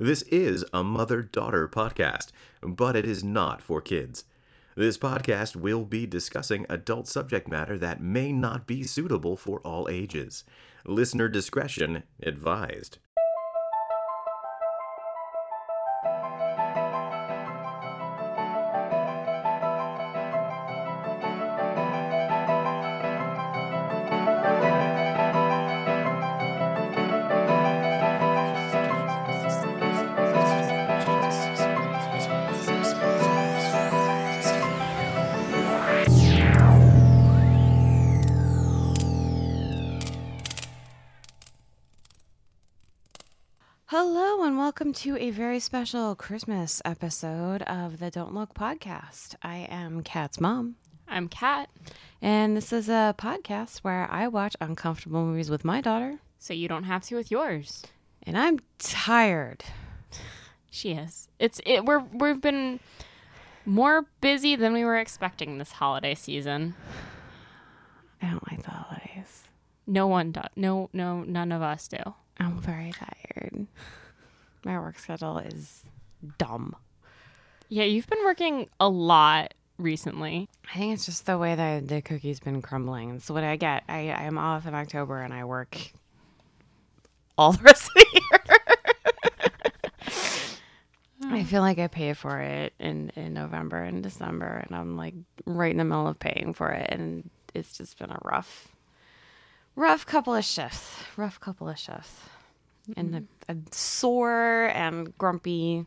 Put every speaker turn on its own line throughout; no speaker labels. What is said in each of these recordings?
This is a mother daughter podcast, but it is not for kids. This podcast will be discussing adult subject matter that may not be suitable for all ages. Listener discretion advised.
Hello, and welcome to a very special Christmas episode of the Don't Look podcast. I am Kat's mom,
I'm Kat,
and this is a podcast where I watch uncomfortable movies with my daughter,
so you don't have to with yours.
and I'm tired.
She is. It's it. We're we've been more busy than we were expecting this holiday season.
I don't like the holidays.
No one do, no no none of us do.
I'm very tired. My work schedule is dumb.
Yeah, you've been working a lot recently.
I think it's just the way that the cookie's been crumbling. It's what I get. I am off in October and I work all the rest of the year. I feel like I pay for it in, in November and December, and I'm like right in the middle of paying for it. And it's just been a rough, rough couple of shifts. Rough couple of shifts. And the, I'm sore and grumpy.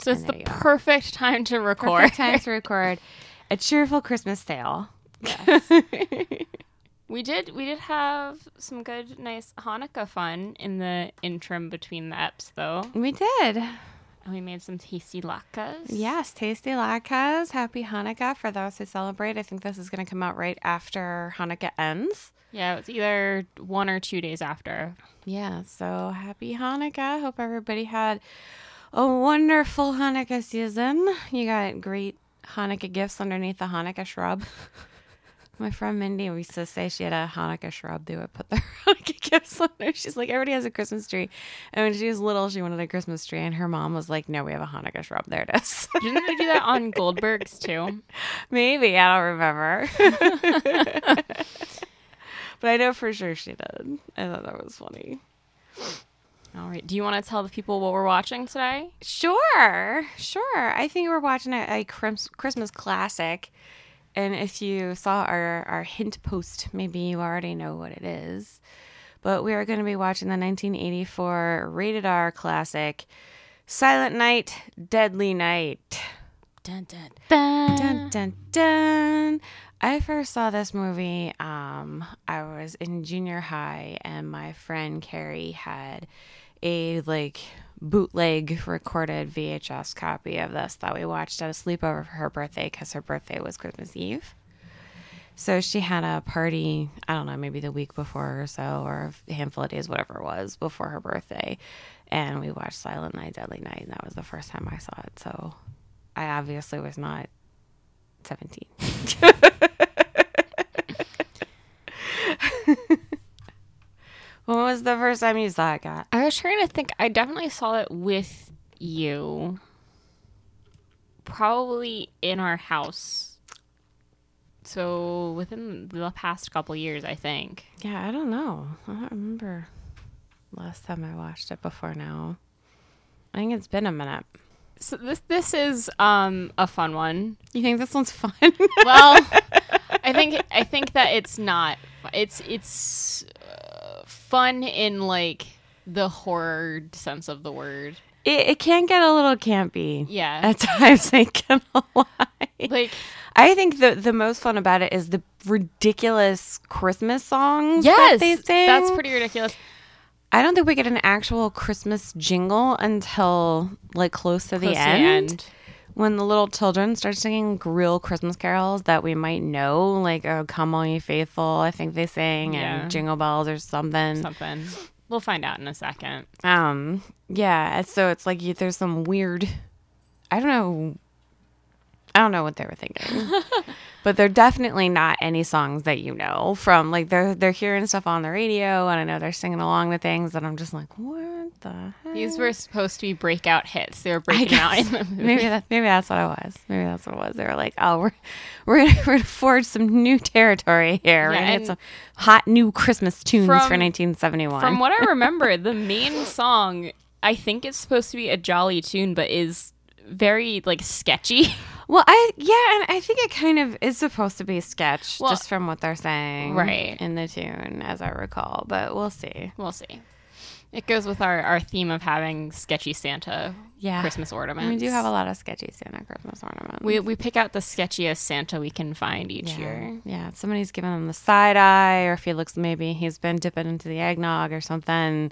So it's
there
the
you go.
perfect time to record.
Perfect time to record a cheerful Christmas tale.
We did we did have some good nice Hanukkah fun in the interim between the eps though.
We did.
And we made some tasty latkes.
Yes, tasty latkes. Happy Hanukkah for those who celebrate. I think this is going to come out right after Hanukkah ends.
Yeah, it's either one or two days after.
Yeah, so happy Hanukkah. Hope everybody had a wonderful Hanukkah season. You got great Hanukkah gifts underneath the Hanukkah shrub. My friend Mindy used to say she had a Hanukkah shrub. They would put their Hanukkah gifts on there. She's like, everybody has a Christmas tree. And when she was little, she wanted a Christmas tree. And her mom was like, no, we have a Hanukkah shrub. There it is.
Didn't they do that on Goldberg's too?
Maybe I don't remember, but I know for sure she did. I thought that was funny.
All right. Do you want to tell the people what we're watching today?
Sure, sure. I think we're watching a, a Christ- Christmas classic, and if you saw our our hint post, maybe you already know what it is. But we are going to be watching the 1984 rated R classic, Silent Night, Deadly Night.
Dun, dun, dun.
Dun dun dun. I first saw this movie. Um, I was in junior high, and my friend Carrie had a like bootleg recorded VHS copy of this that we watched at a sleepover for her birthday because her birthday was Christmas Eve. So she had a party, I don't know, maybe the week before or so, or a handful of days, whatever it was, before her birthday. And we watched Silent Night, Deadly Night, and that was the first time I saw it. So I obviously was not 17. when was the first time you saw it, Kat?
I was trying to think. I definitely saw it with you. Probably in our house. So within the past couple years, I think.
Yeah, I don't know. I don't remember last time I watched it before now. I think it's been a minute.
So this this is um a fun one.
You think this one's fun?
Well, I think I think that it's not. It's it's uh, fun in like the horror sense of the word.
it, it can get a little campy.
Yeah.
At times, I can lie.
Like
I think the the most fun about it is the ridiculous Christmas songs. that
yes,
they sing.
that's pretty ridiculous.
I don't think we get an actual Christmas jingle until like close to the,
Close to the
end,
end.
when the little children start singing real Christmas carols that we might know, like "Oh Come All Ye Faithful," I think they sing,
Yeah.
and "Jingle Bells" or something.
Something we'll find out in a second.
Um, yeah. So it's like you, there's some weird. I don't know. I don't know what they were thinking. but they're definitely not any songs that you know from like they're they're hearing stuff on the radio and I know they're singing along to things and I'm just like, what the heck?
These were supposed to be breakout hits. They were breaking out in
guess.
the movie.
Maybe that maybe that's what I was. Maybe that's what it was. They were like, "Oh, we're we're gonna, we're gonna forge some new territory here. we're
Yeah,
gonna
and
get some hot new Christmas tunes
from-
for 1971."
From what I remember, the main song I think it's supposed to be a jolly tune, but is very like sketchy.
well, I yeah, and I think it kind of is supposed to be a sketch,
Well-
just from what they're saying,
Right.
in the tune, as I recall. But we'll see.
We'll see. It goes with our, our theme of having sketchy Santa
Yeah.
Christmas ornaments.
We do have a lot of sketchy Santa Christmas ornaments.
We, we pick out the sketchiest Santa we can find each year.
Yeah, somebody's giving him the side eye, or if he looks, maybe he's been dipping into the eggnog or something.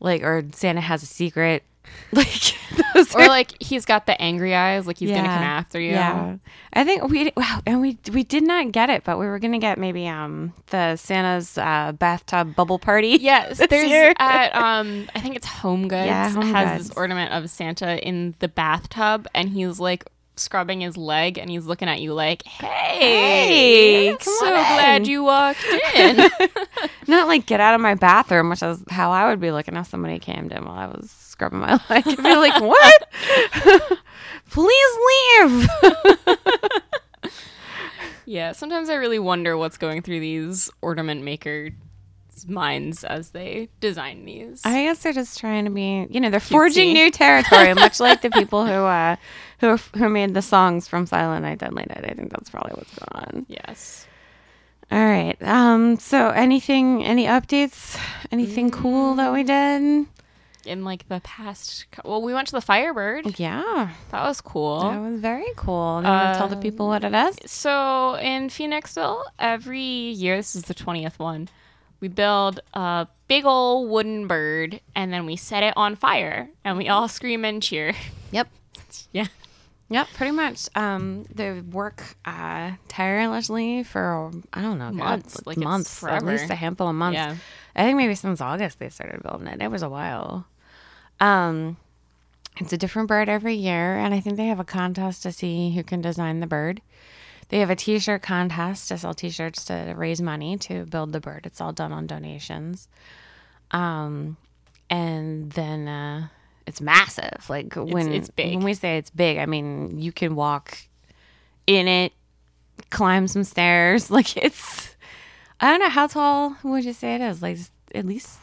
Like, or Santa has a secret. Like, those
Or like he's got the angry eyes, like he's gonna
Yeah.
come after you.
Yeah, I think we wow, and we we did not get it, but we were gonna get maybe um the Santa's uh, bathtub bubble party.
Yes,
This
there's
year.
at um I think it's Home Goods
Yeah, Home
has this
Goods.
ornament of Santa in the bathtub and he's like scrubbing his leg and he's looking at you like, "Hey,
Hey, come
so
on
glad
in."
you walked in."
Not like get out of my bathroom, which is how I would be looking if somebody came in while I was scrubbing my leg. I'd be like, what? Please leave.
yeah, sometimes I really wonder what's going through these ornament makers' minds as they design these.
I guess they're just trying to be, you know, they're forging
Cutesy.
new territory, much like the people who, uh, who, who made the songs from Silent Night, Deadly Night. I think that's probably what's going on.
yes.
All right. Um. So, anything, any updates? Anything cool that we did?
In like the past, cou- well, we went to the Firebird.
Yeah,
That was cool.
Oh, that was very cool. You want to tell the people what it is?
So in Phoenixville, every year, this is the 20th one, we build a big old wooden bird and then we set it on fire and we all scream and cheer.
Yep.
yeah.
Yep, pretty much. Um, they work uh, tirelessly for I don't know
Months,
God,
like, it's
months, at
forever.
least a handful of months.
Yeah.
I think maybe since August they started building it. It was a while. Um, it's a different bird every year, and I think they have a contest to see who can design the bird. They have a T-shirt contest to sell T-shirts to raise money to build the bird. It's all done on donations. Um, and then uh, it's massive. Like when
it's big.
When we say it's big, I mean you can walk in it, climb some stairs. Like it's, I don't know how tall would you say it is? Like at least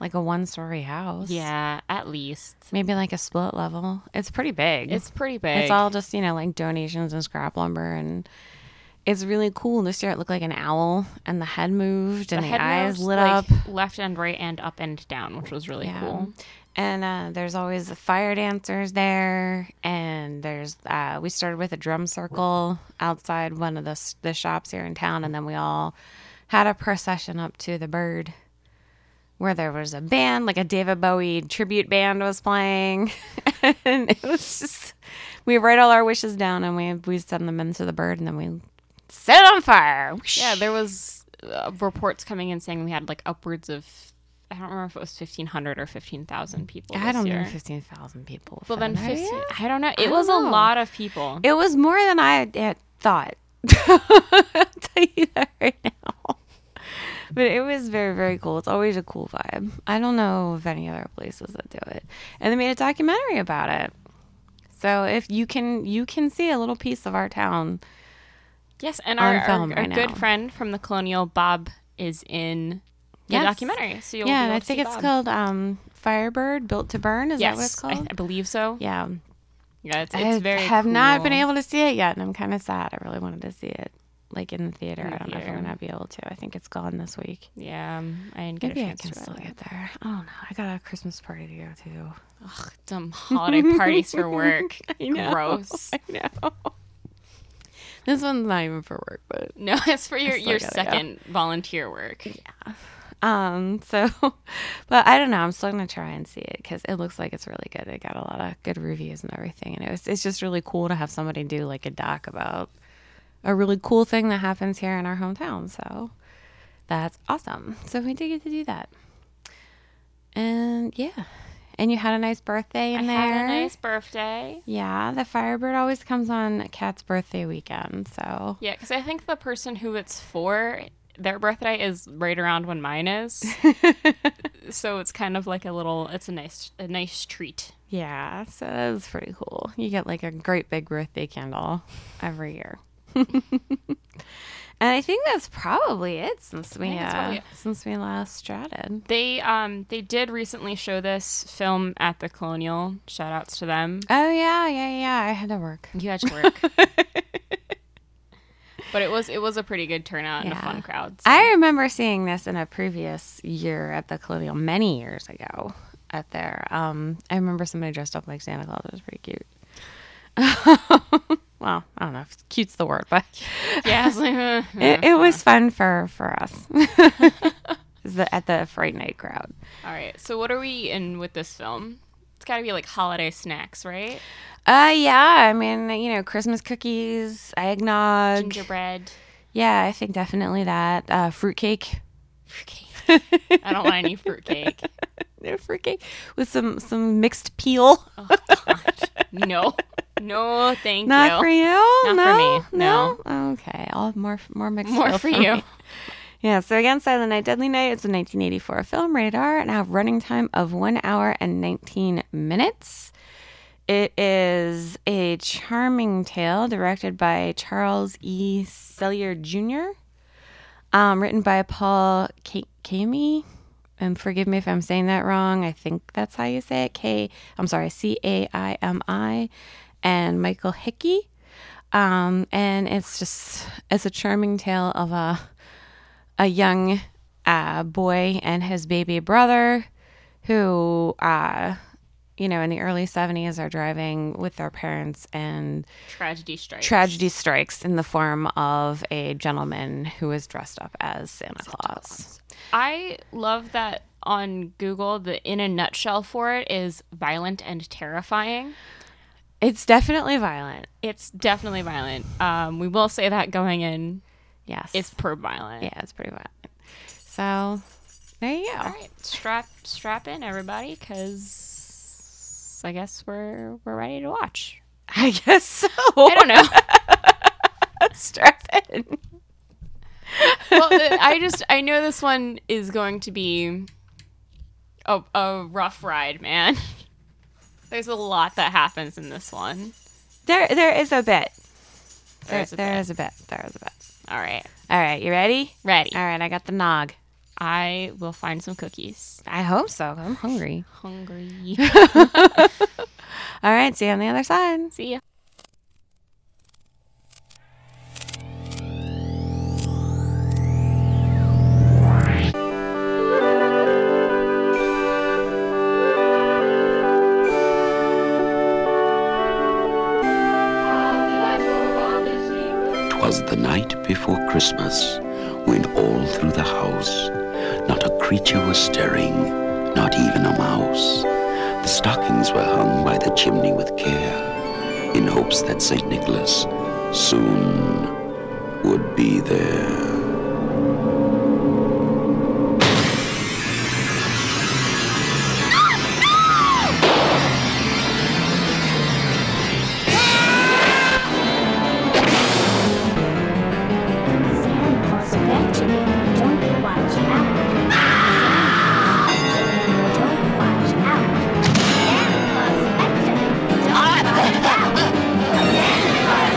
like a one-story house.
Yeah, at least.
maybe like a split level. It's pretty big.
It's pretty big.
It's all just, you know, like donations and scrap lumber and it's really cool. This year it looked like an owl and the head moved and the,
Head
eyes
moves,
lit
like,
up.
Left and right and up and down, which was really
Yeah.
cool.
And uh, there's always the fire dancers there, and there's uh, we started with a drum circle outside one of the s- the shops here in town, and then we all had a procession up to the bird, where there was a band, like a David Bowie tribute band, was playing, and it was just we write all our wishes down, and we we send them into the bird, and then we set it on fire.
Yeah, there was uh, reports coming in saying we had like upwards of, I don't remember if it was 1,500 or 15,000 people.
I
this
don't
year.
know, fifteen thousand people.
Well, then
fell there.
15. I don't know. It was
don't
a
know.
lot of people.
It was more than I had thought. I'll tell you that right now. But it was very, very cool. It's always a cool vibe. I don't know of any other places that do it. And they made a documentary about it. So if you can you can see a little piece of our town.
Yes, and
on
our, our,
film
our
right
good
now.
friend from the Colonial, Bob, is in the
Yes.
documentary. So you'll
yeah, and
be able
I
to
think
see
it's
Bob.
called um, Firebird Built to Burn. Is
Yes,
that what it's
I,
called?
I believe so. Yeah,
yeah.
it's, it's
I
very.
have not been
cool.
able to see it yet, and I'm kind of sad. I really wanted to see it, like in the theater.
the
I don't know if I'm
theater.
gonna be able to. I think it's gone this week.
Yeah, um, I didn't get
Maybe
a
I
chance
can
to.
still
Still
get there. I don't know. I got a Christmas party to go to.
Ugh, dumb holiday parties for work.
I know.
Gross.
I know. This one's not even for work, but
No, it's for your
still
your
gotta go.
second volunteer work.
um, so, but I don't know. I'm still gonna try and see it because it looks like it's really good. It got a lot of good reviews and everything, and it was it's just really cool to have somebody do like a doc about a really cool thing that happens here in our hometown. So that's awesome. So we did get to do that, and yeah, And you had a nice birthday in
I
there.
had a nice birthday.
yeah, the Firebird always comes on Kat's birthday weekend. So
Yeah, because I think the person who it's for, their birthday is right around when mine is. so it's kind of like a little. It's a nice, a nice treat.
yeah, so that was pretty cool. You get like a great big birthday candle every year. and I think that's probably it since we
that's
uh,
probably it.
since we last chatted.
They um they did recently show this film at the Colonial. Shout outs to them.
Oh yeah, yeah, yeah. I had to work.
You had to work. but it was it was a pretty good turnout and a
Yeah.
fun crowd. so-
I remember seeing this in a previous year at the Colonial many years ago at there. Um, I remember somebody dressed up like Santa Claus. It was pretty cute. well, I don't know if cute's the word, but
yeah, I was like, "Uh,
it, it was fun for, for us The- at the Fright Night crowd.
All right. So what are we in with this film? It's got to be like holiday snacks, right?
Uh, yeah, I mean, you know, Christmas cookies, eggnog.
Gingerbread.
Yeah, I think definitely that. Uh, fruitcake.
Fruitcake. I don't want any fruitcake.
No fruitcake with some, some mixed peel.
No. No, thank
Not for
you.
you?
Not
no?
for me, no.
Okay. I'll more more mixed
More
feel
for you.
me. Yeah, so again, Silent Night, Deadly Night. It's a 1984 film, radar, and I have running time of one hour and 19 minutes. It is a charming tale directed by Charles E. Sellier Jr., um, written by Paul Ka- Kami. And forgive me if I'm saying that wrong. I think that's how you say it. K, I'm sorry, C A I M I, and Michael Hickey. Um, and it's just it's a charming tale of a a young uh, boy and his baby brother who uh, you know in the early 70s are driving with their parents and
Tragedy strike.
tragedy strikes in the form of a gentleman who is dressed up as santa claus
I love that on Google, the in a nutshell for it is violent and terrifying.
it's definitely violent
It's definitely violent. Um, we will say that going in.
yes
It's probe violent.
yeah it's pretty violent so there you go
All right, strap strap in everybody, because I guess we're we're ready to watch.
i guess so
I don't know.
strap in
well, the, I just I know this one is going to be a, a rough ride, man. There's a lot that happens in this one.
there there is a bit there,
There is a
there
bit.
is a bit there is a bit
All right,
all right you ready
ready.
all right i got the nog
I will find some cookies.
I hope so. I'm hungry.
Hungry.
All right, see you on the other side.
See ya.
Twas the night before Christmas, when all through the house, not a creature was stirring, not even a mouse. The stockings were hung by the chimney with care, in hopes that St. Nicholas soon would be there.
Don't watch out. Don't watch out.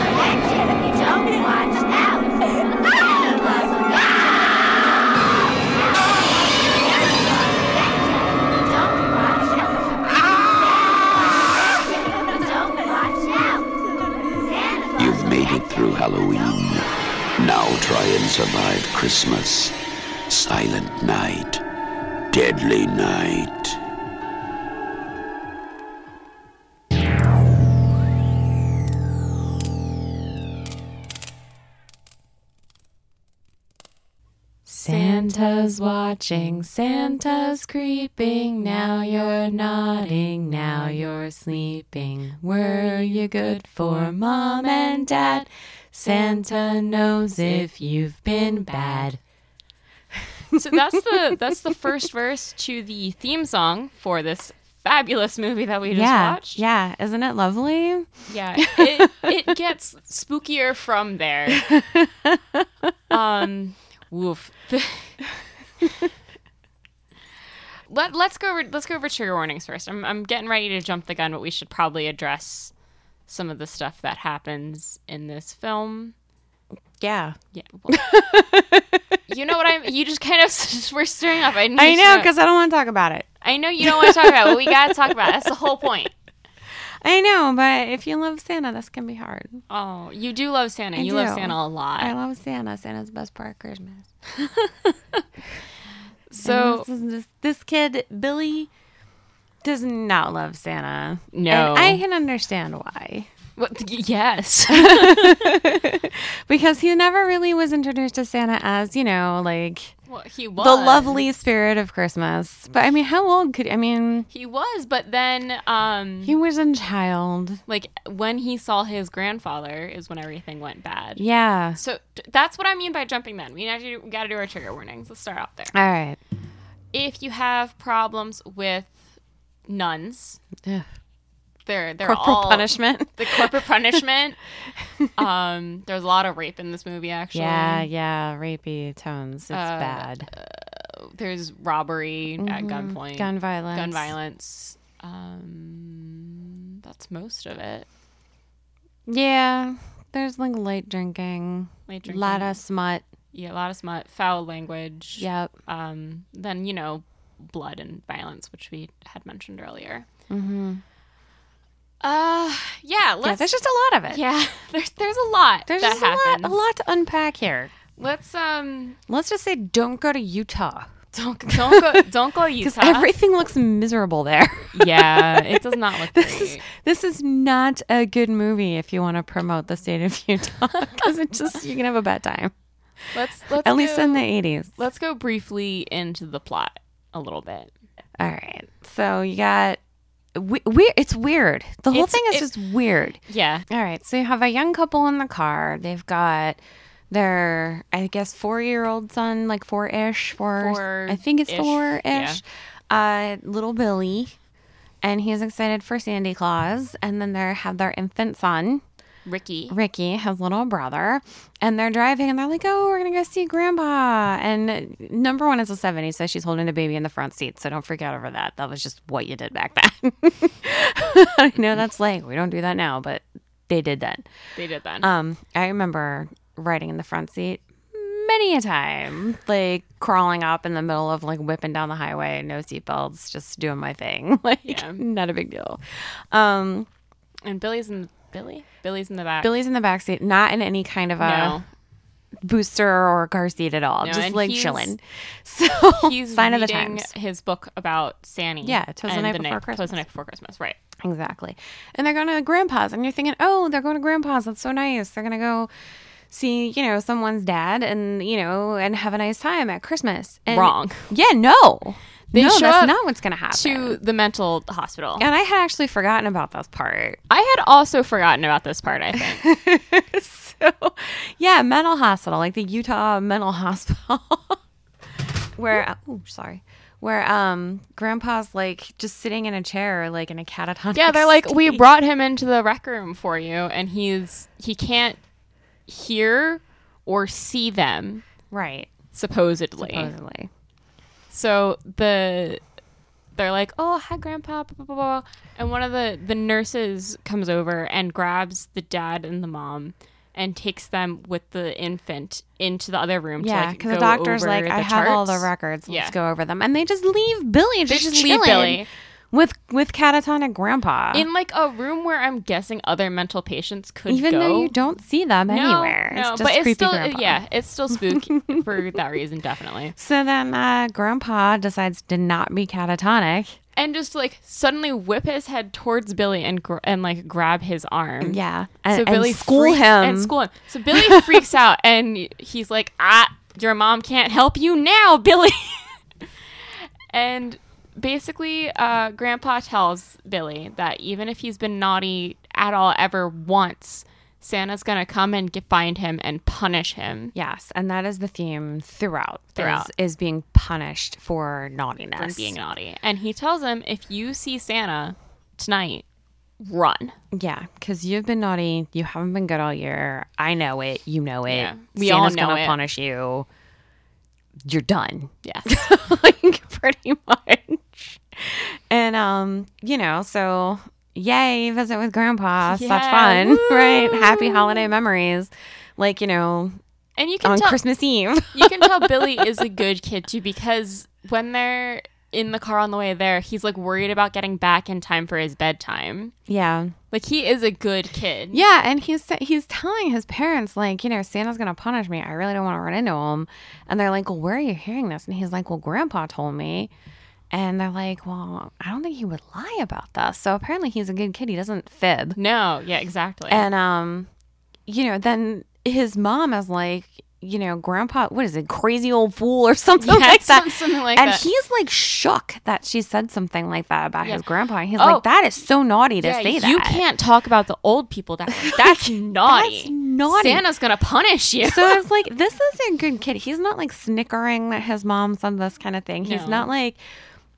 Don't watch out.
You've made it through Halloween. Now try and survive Christmas. Silent night. Deadly night.
Santa's watching, Santa's creeping. Now you're nodding, now you're sleeping. Were you good for mom and dad? Santa knows if you've been bad.
So that's the that's the first verse to the theme song for this fabulous movie that we just
yeah,
watched.
yeah. Isn't it lovely?
Yeah, it, it gets spookier from there. Um, woof. Let Let's go over Let's go over trigger warnings first. I'm I'm getting ready to jump the gun, but we should probably address some of the stuff that happens in this film.
Yeah,
Yeah, well, you know what I'm. You just kind of we're stirring up. I, need
I know
to-
because I don't want to talk about it.
I know you don't want to talk about. it, but we gotta talk about. It. That's the whole point.
I know, but if you love Santa, this can be hard.
Oh, you do love Santa.
I
you love
do.
Santa a lot.
I love Santa. Santa's the best part of Christmas.
so
this, is just- this kid Billy does not love Santa.
No.
and I can understand why
What, yes.
because he never really was introduced to Santa as you know like
well, he was.
the lovely spirit of Christmas. But I mean, how old could I mean?
He was, but then, um,
He was a child.
like, when he saw his grandfather is when everything went bad.
Yeah.
So t- that's what I mean by jumping then. We actually got to do our trigger warnings. Let's start out there.
All right.
If you have problems with nuns,
Ugh.
they're, they're
Corporal
all.
punishment.
The corporate punishment. um, there's a lot of rape in this movie, actually.
Yeah, yeah, rapey tones. It's
Uh,
bad.
There's robbery at gunpoint.
Mm-hmm. Gun violence.
gun violence. Um, that's most of it.
Yeah, there's like light drinking,
Late
a
drinking.
lot of smut.
yeah, a lot of smut, foul language.
Yep.
Um, then you know, blood and violence, which we had mentioned earlier. Mm-hmm. Uh, yeah. Let's.
Yeah, there's just a lot of it.
yeah, there's there's a lot
there's
that
just
happens.
a lot, a lot to unpack here.
Let's um,
Let's just say, don't go to Utah
don't don't go don't go
because
Utah.
everything looks miserable there.
yeah, it does not look
This is
great.
this is not a good movie if you want to promote the state of Utah because it just you can have a bad time.
Let's let's
At least
go-
in the eighties.
let's go briefly into the plot a little bit.
All right, so you got we, we It's weird. The whole
It's-
thing is
it-
just weird.
Yeah,
All right. So you have a young couple in the car. They've got their, I guess, four year old son, like four ish, four. I think it's
Four-ish,
four ish. Uh, little Billy. And he's excited for Sandy Claus. And then they have their infant son,
Ricky.
Ricky, his little brother. And they're driving and they're like, oh, we're going to go see grandpa. And number one is a 70, so she's holding the baby in the front seat. So don't freak out over that. That was just what you did back then. I know that's like, we don't do that now, but they did then.
They did that.
Um, I remember riding in the front seat many a time, like crawling up in the middle of like whipping down the highway, no seatbelts, just doing my thing. Like,
Yeah.
not a big deal. Um,
and Billy's in Billy. Billy's in the back.
Billy's in the back seat, not in any kind of a
No,
booster or car seat at all,
No,
just
and
like
he's-
chilling. So,
he's
sign of the
reading
times.
His book about Sandy.
Yeah, Twas the
and
Night Before
Twas
Christmas.
the night before Christmas. Right.
Exactly. And they're going to grandpa's, and you're thinking, oh, they're going to grandpa's. That's so nice. They're going to go see, you know, someone's dad and, you know, and have a nice time at Christmas. And
Wrong.
Yeah, no. no,
show
that's
up
not what's going to happen.
To the mental hospital.
and I had actually forgotten about this part.
I had also forgotten about this part. I think.
So, yeah, mental hospital, like the Utah mental hospital, where, oh, sorry. Where um grandpa's like just sitting in a chair like in a catatonic
yeah, they're like, we
state."
brought him into the rec room for you, and he's he can't hear or see them
right
supposedly.
supposedly
So the they're like, "Oh, hi, Grandpa," blah, blah, blah, blah. and one of the the nurses comes over and grabs the dad and the mom and takes them with the infant into the other room.
Yeah,
because
because the doctor's like, I have all the records. Let's
Yeah.
go over them, and they just leave Billy. Just
just leave
chilling
Billy.
with with catatonic grandpa.
in like a room where I'm guessing other mental patients could
even
go.
though you don't see them
No,
anywhere,
no,
it's just
but
creepy
it's still
grandpa.
yeah, it's still spooky for that reason, definitely.
So then uh, grandpa decides to not be catatonic.
And just like suddenly whip his head towards Billy and gr- and like grab his arm.
Yeah, and,
so
and
Billy
school
freaks-
him.
and school him. So Billy freaks out and he's like, "Ah, your mom can't help you now, Billy." and basically, uh, Grandpa tells Billy that even if he's been naughty at all ever once, Santa's gonna come and get, find him and punish him.
Yes, and that is the theme throughout.
Throughout.
is, is being punished for naughtiness.
for being naughty. And he tells him, if you see Santa tonight, run.
Yeah, because you've been naughty. You haven't been good all year. I know it. You know it.
Yeah, we all know
gonna
it.
punish you. You're done.
Yes.
like pretty much. And um, you know, so yay, visit with grandpa. Such
Yeah,
fun, right?
woo.
Happy holiday memories. Like, you know,
and you can
on
tell
Christmas Eve.
you can tell Billy is a good kid too because when they're in the car on the way there, he's like worried about getting back in time for his bedtime.
yeah.
Like he is a good kid.
Yeah, and he's sa- he's telling his parents like, you know, Santa's gonna punish me. I really don't want to run into him. And they're like, well, where are you hearing this? And he's like, well, Grandpa told me. And they're like, well, I don't think he would lie about this. So apparently, he's a good kid. He doesn't fib.
No, yeah, exactly.
And um, you know, then his mom is like, you know, Grandpa, what is it, crazy old fool or something
Yeah,
like that.
something like
and
that.
he's like shook that she said something like that about
Yeah.
his grandpa. He's
Oh.
like, that is so naughty to
yeah,
say that.
you can't talk about the old people that way. That's naughty.
That's naughty.
Santa's gonna punish you.
so it's like this is a good kid. He's not like snickering that his mom said this kind of thing. He's
No.
not like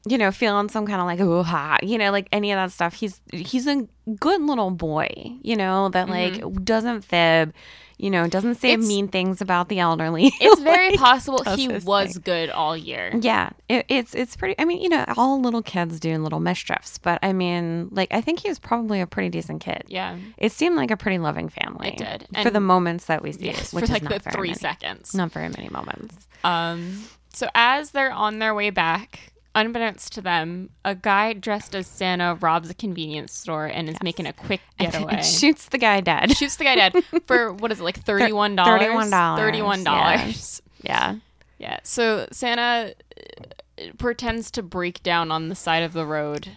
you know feeling some kind of like ooh ha you know like any of that stuff. He's he's a good little boy. You know that like doesn't fib. You know doesn't say
Mm-hmm. It's-
mean things about the elderly.
it's very possible
does
he
his
was good all year.
Yeah, it, it's it's pretty. I mean, you know, all little kids do little mischiefs, but I mean, like, I think he was probably a pretty decent kid.
Yeah.
It seemed like a pretty loving family.
It did.
for
And-
the moments that we see,
Yes,
which
for
is
like
not
the
very
three
many.
seconds.
Not very many moments.
Um, so as they're on their way back, unbeknownst to them, a guy dressed as Santa robs a convenience store and is making a quick getaway.
It shoots the guy dead.
Shoots the guy dead for what is it like thirty one dollars?
$31,
Thirty one dollars.
Yeah.
Yeah. So Santa uh, pretends to break down on the side of the road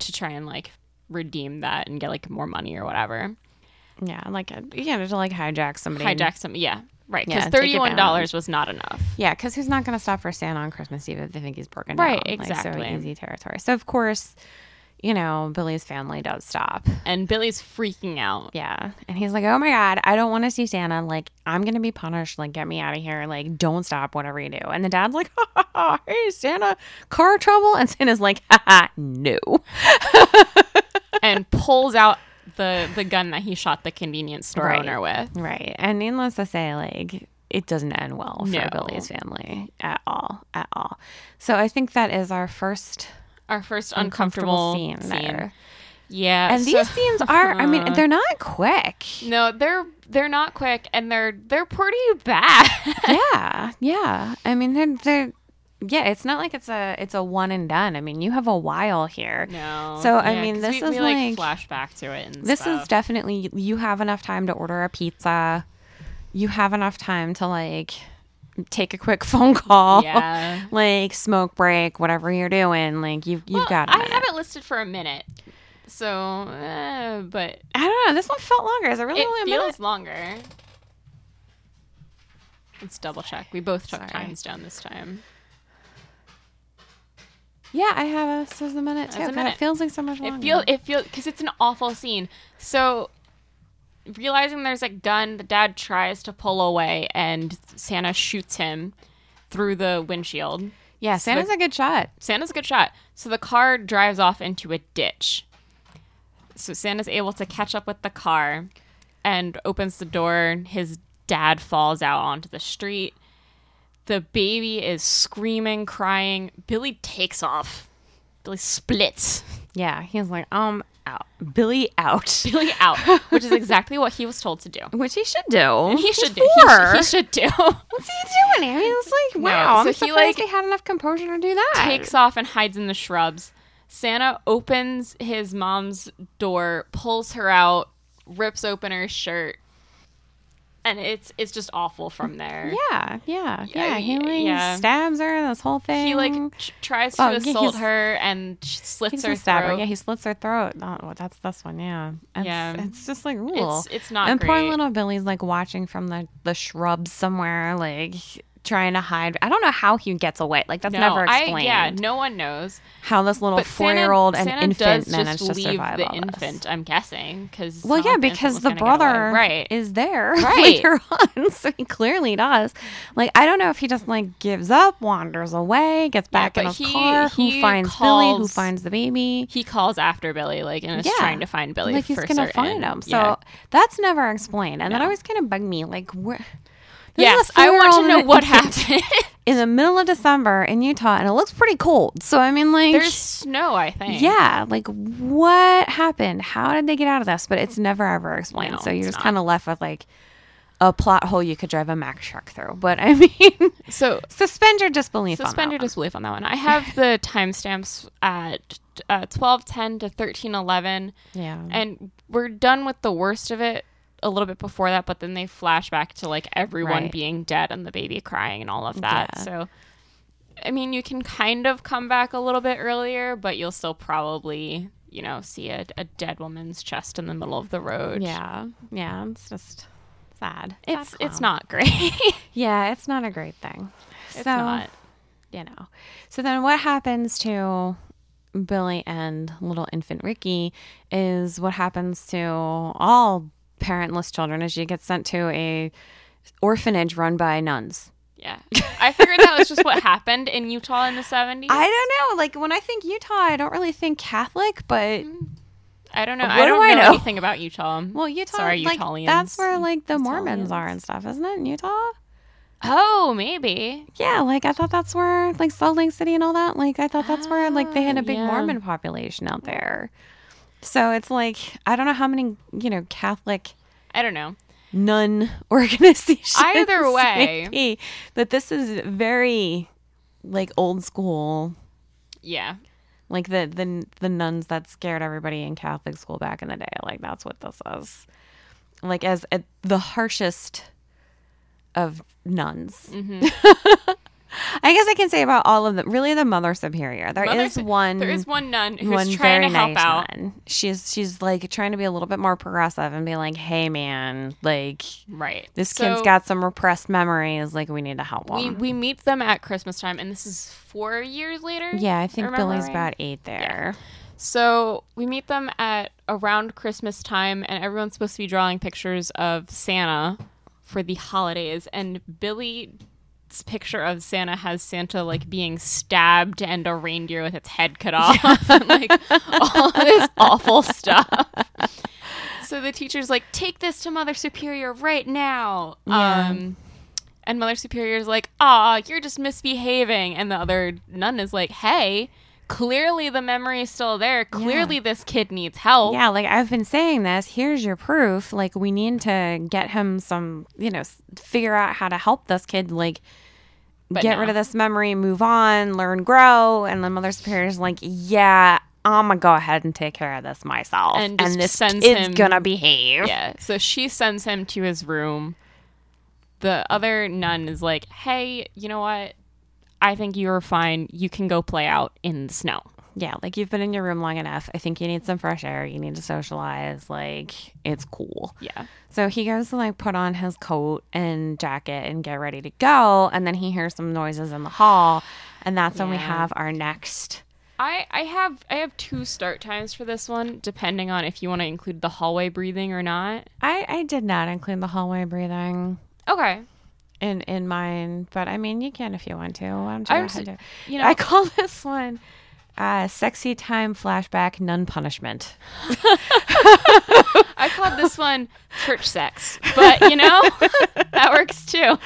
to try and like redeem that and get like more money or whatever.
Yeah. Like, uh, you know, to like hijack somebody.
Hijack some. Yeah. Right.
Yeah,
Because
take
thirty one
advantage.
dollars was not enough.
Yeah. Because who's not going to stop for Santa on Christmas Eve if they think he's broken
Right,
down? Like,
exactly.
so easy territory. So, of course, you know, Billy's family does stop.
And Billy's freaking out.
Yeah. And he's like, oh my God, I don't want to see Santa. Like, I'm going to be punished. Like, get me out of here. Like, don't stop, whatever you do. And the dad's like, ha, ha, ha, hey, Santa, car trouble. And Santa's like, ha, ha, no.
and pulls out the the gun that he shot the convenience store
Right.
owner with.
Right. And needless to say, like, it doesn't end well for
No.
Billy's family at all. At all. So I think that is our first
Our first
uncomfortable,
uncomfortable,
scene, there.
Yeah,
And
so-
these scenes are, I mean, they're not quick.
no, they're they're not quick, and they're they're pretty bad.
yeah yeah i mean they're, they're yeah it's not like it's a it's a one and done i mean you have a while here
No,
so i
yeah,
mean
'cause
this
we,
is
we,
like,
like, flashback to it. And
this is
stuff.
definitely you have enough time to order a pizza you have enough time to like take a quick phone call
Yeah.
like smoke break whatever you're doing like you've you've
Well,
got a
I
minute.
have it listed for a minute, so uh, but
i don't know this one felt longer is it really
it
only a minute
feels longer. Let's double check. We both took
Sorry.
times down this time.
yeah i have a, this is a minute too
a
but
minute.
it feels like so much longer
It feel it feel because it's an awful scene. So realizing there's a gun, the dad tries to pull away, and Santa shoots him through the windshield.
yeah santa's a good shot
Santa's a good shot. So the car drives off into a ditch. So Santa's able to catch up with the car and opens the door. His dad falls out onto the street. The baby is screaming, crying. Billy takes off. Billy splits.
yeah he's like um out billy out
Billy out, which is exactly what he was told to do.
Which he should do.
He should do.
He's
He should,
four.
he should do.
What's he doing? I mean, it's like, wow.
so
I'm
he,
surprised
like,
he had enough composure to do that.
Takes off and hides in the shrubs. Santa opens his mom's door, pulls her out, rips open her shirt, and it's it's just awful from there.
Yeah, yeah, yeah. He like
yeah.
stabs her. and This whole thing.
He like tr- tries to
Well, yeah,
assault
he's-
her and sh-
He
slits her
doesn't stab her.
throat.
Yeah, he slits her throat. Oh, well, that's this one. Yeah. It's,
Yeah.
It's just like, ooh.
It's- it's not
And poor
great.
little Billy's like watching from the the shrubs somewhere, like trying to hide. I don't know how he gets away. Like that's
No,
never
I-
explained.
yeah, no one knows.
How this little
But Santa-
four-year-old and
Santa
infant
does
managed
just
to
leave
survive
the
all this.
infant. I'm guessing because
Well, yeah, because the brother
right
is there
Right.
later on, so he clearly does. Like I don't know if he just like gives up, wanders away, gets
Yeah,
back in
but
his
he-
car.
he
Who finds Billy? Who
calls-
finds the baby?
he calls after Billy like and is
Yeah.
trying to find Billy.
like he's
for
gonna
certain.
find him. So
Yeah.
that's never explained, and that always kind of bugged me. Like, where? this is a
yes, I want to
four-year-old
know
and an
what
infant
happened.
in the middle of December in Utah, and it looks pretty cold. So I mean, like,
There's snow, I think.
yeah, like what happened? How did they get out of this? But it's never ever explained.
No,
so you're
it's
just
not.
kind of left with like a plot hole you could drive a Mack truck through. But I mean,
So
suspend your disbelief. on that
suspend your
one.
disbelief on that one. I have the timestamps at uh, twelve ten to thirteen eleven,
Yeah.
and we're done with the worst of it a little bit before that. But then they flash back to like everyone
Right.
being dead and the baby crying and all of that.
Yeah.
So. I mean, you can kind of come back a little bit earlier, but you'll still probably, you know, see a, a dead woman's chest in the middle of the road.
yeah, yeah. It's just sad.
it's
Sad
it's
clown.
not great. it's
Yeah, it's not a great thing. so,
not.
you know. So then what happens to Billy and little infant Ricky is what happens to all parentless children is you get sent to a orphanage run by nuns.
Yeah, I figured that was just what happened in Utah in the seventies.
I don't know. Like when I think Utah, I don't really think Catholic, but
I don't know.
What
I
do
don't
I
know,
know?
anything about Utah.
well, Utah,
Sorry,
like
Utahans.
that's where like the Mormons
Italians.
are and stuff, isn't it? In Utah?
Oh, maybe.
Yeah, like I thought that's where like Salt Lake City and all that. Like I thought that's where like they had a big
Oh, yeah.
Mormon population out there. So it's like I don't know how many you know Catholic
I don't know.
nun organizations.
Either
may
way.
be, but this is very like old school,
Yeah,
like the the the nuns that scared everybody in Catholic school back in the day. Like that's what this is. Like as at the harshest of nuns.
Mm-hmm.
I guess I can say about all of them. Really, the mother superior. There is
Mother Su-
one.
there is one nun who's
one
trying
very
to help
nice
out.
nun. She's she's like trying to be a little bit more progressive and be like, "Hey, man, like
Right.
this
So
kid's got some repressed memories. Like we need to help
We
him."
we meet them at Christmas time, and this is four years later.
yeah, I think
Remember
Billy's
right?
about eight there.
So we meet them at around Christmas time, and everyone's supposed to be drawing pictures of Santa for the holidays. And Billy's picture of Santa has Santa like being stabbed and a reindeer with its head cut off, and, like all this awful stuff. So the teacher's like, "Take this to Mother Superior right now." Um, and Mother Superior's like, "Ah, you're just misbehaving." And the other nun is like, "Hey, clearly the memory is still there. Clearly this kid needs help."
Yeah, like I've been saying this. Here's your proof. Like we need to get him some, you know, s- figure out how to help this kid. Like get
no.
rid of this memory, move on, learn, grow. And the mother superior's like, yeah. I'm gonna go ahead and take care of this myself,
And
and,
just
this
sends
kid's
him-
gonna behave.
Yeah. So she sends him to his room. The other nun is like, "Hey, you know what? I think you are fine. You can go play out in the snow."
Yeah, like you've been in your room long enough. I think you need some fresh air. You need to socialize. Like it's cool.
Yeah.
So he goes to like put on his coat and jacket and get ready to go, and then he hears some noises in the hall, and that's when we have our next.
I, I have I have two start times for this one, depending on if you want to include the hallway breathing or not.
I I did not include the hallway breathing
Okay.
in in mine, but I mean you can if you want to. I'm
I'm
just,
s-
to.
you
you
know-
know I call this one. Uh, sexy time flashback, nun punishment.
I called this one church sex, but you know that works too.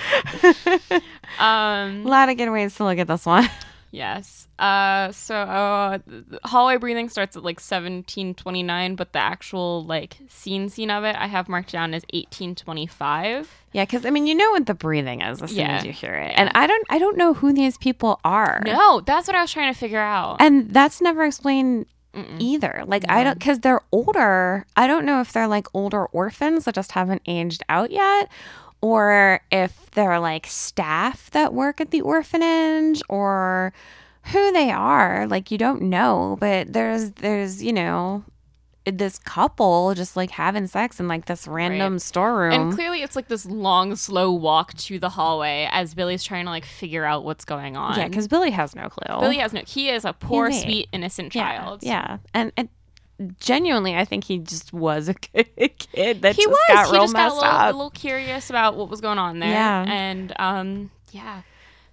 Um,
A lot of good ways to look at this one.
yes. Uh, so uh, the hallway breathing starts at like seventeen twenty nine, but the actual like scene scene of it I have marked down as eighteen twenty five.
Yeah, because I mean, you know what the breathing is as soon as
Yeah.
you hear it, and I don't, I don't know who these people are,
No, that's what I was trying to figure out.
and that's never explained either. Like I don't, because they're older. I don't know if they're like older orphans that just haven't aged out yet, or if they're like staff that work at the orphanage, or who they are. Like you don't know, but there's, there's, you know, this couple just like having sex in like this random storeroom.
And clearly, it's like this long, slow walk to the hallway as Billy's trying to like figure out what's going on.
yeah, because Billy has no clue.
Billy has no. He is a poor,
He's eight.
sweet, innocent
yeah,
child.
Yeah, and and genuinely, I think he just was a good kid that
he
just
was.
got
he
real
just got a
messed
little,
up.
a little curious about what was going on there.
Yeah.
and um, yeah.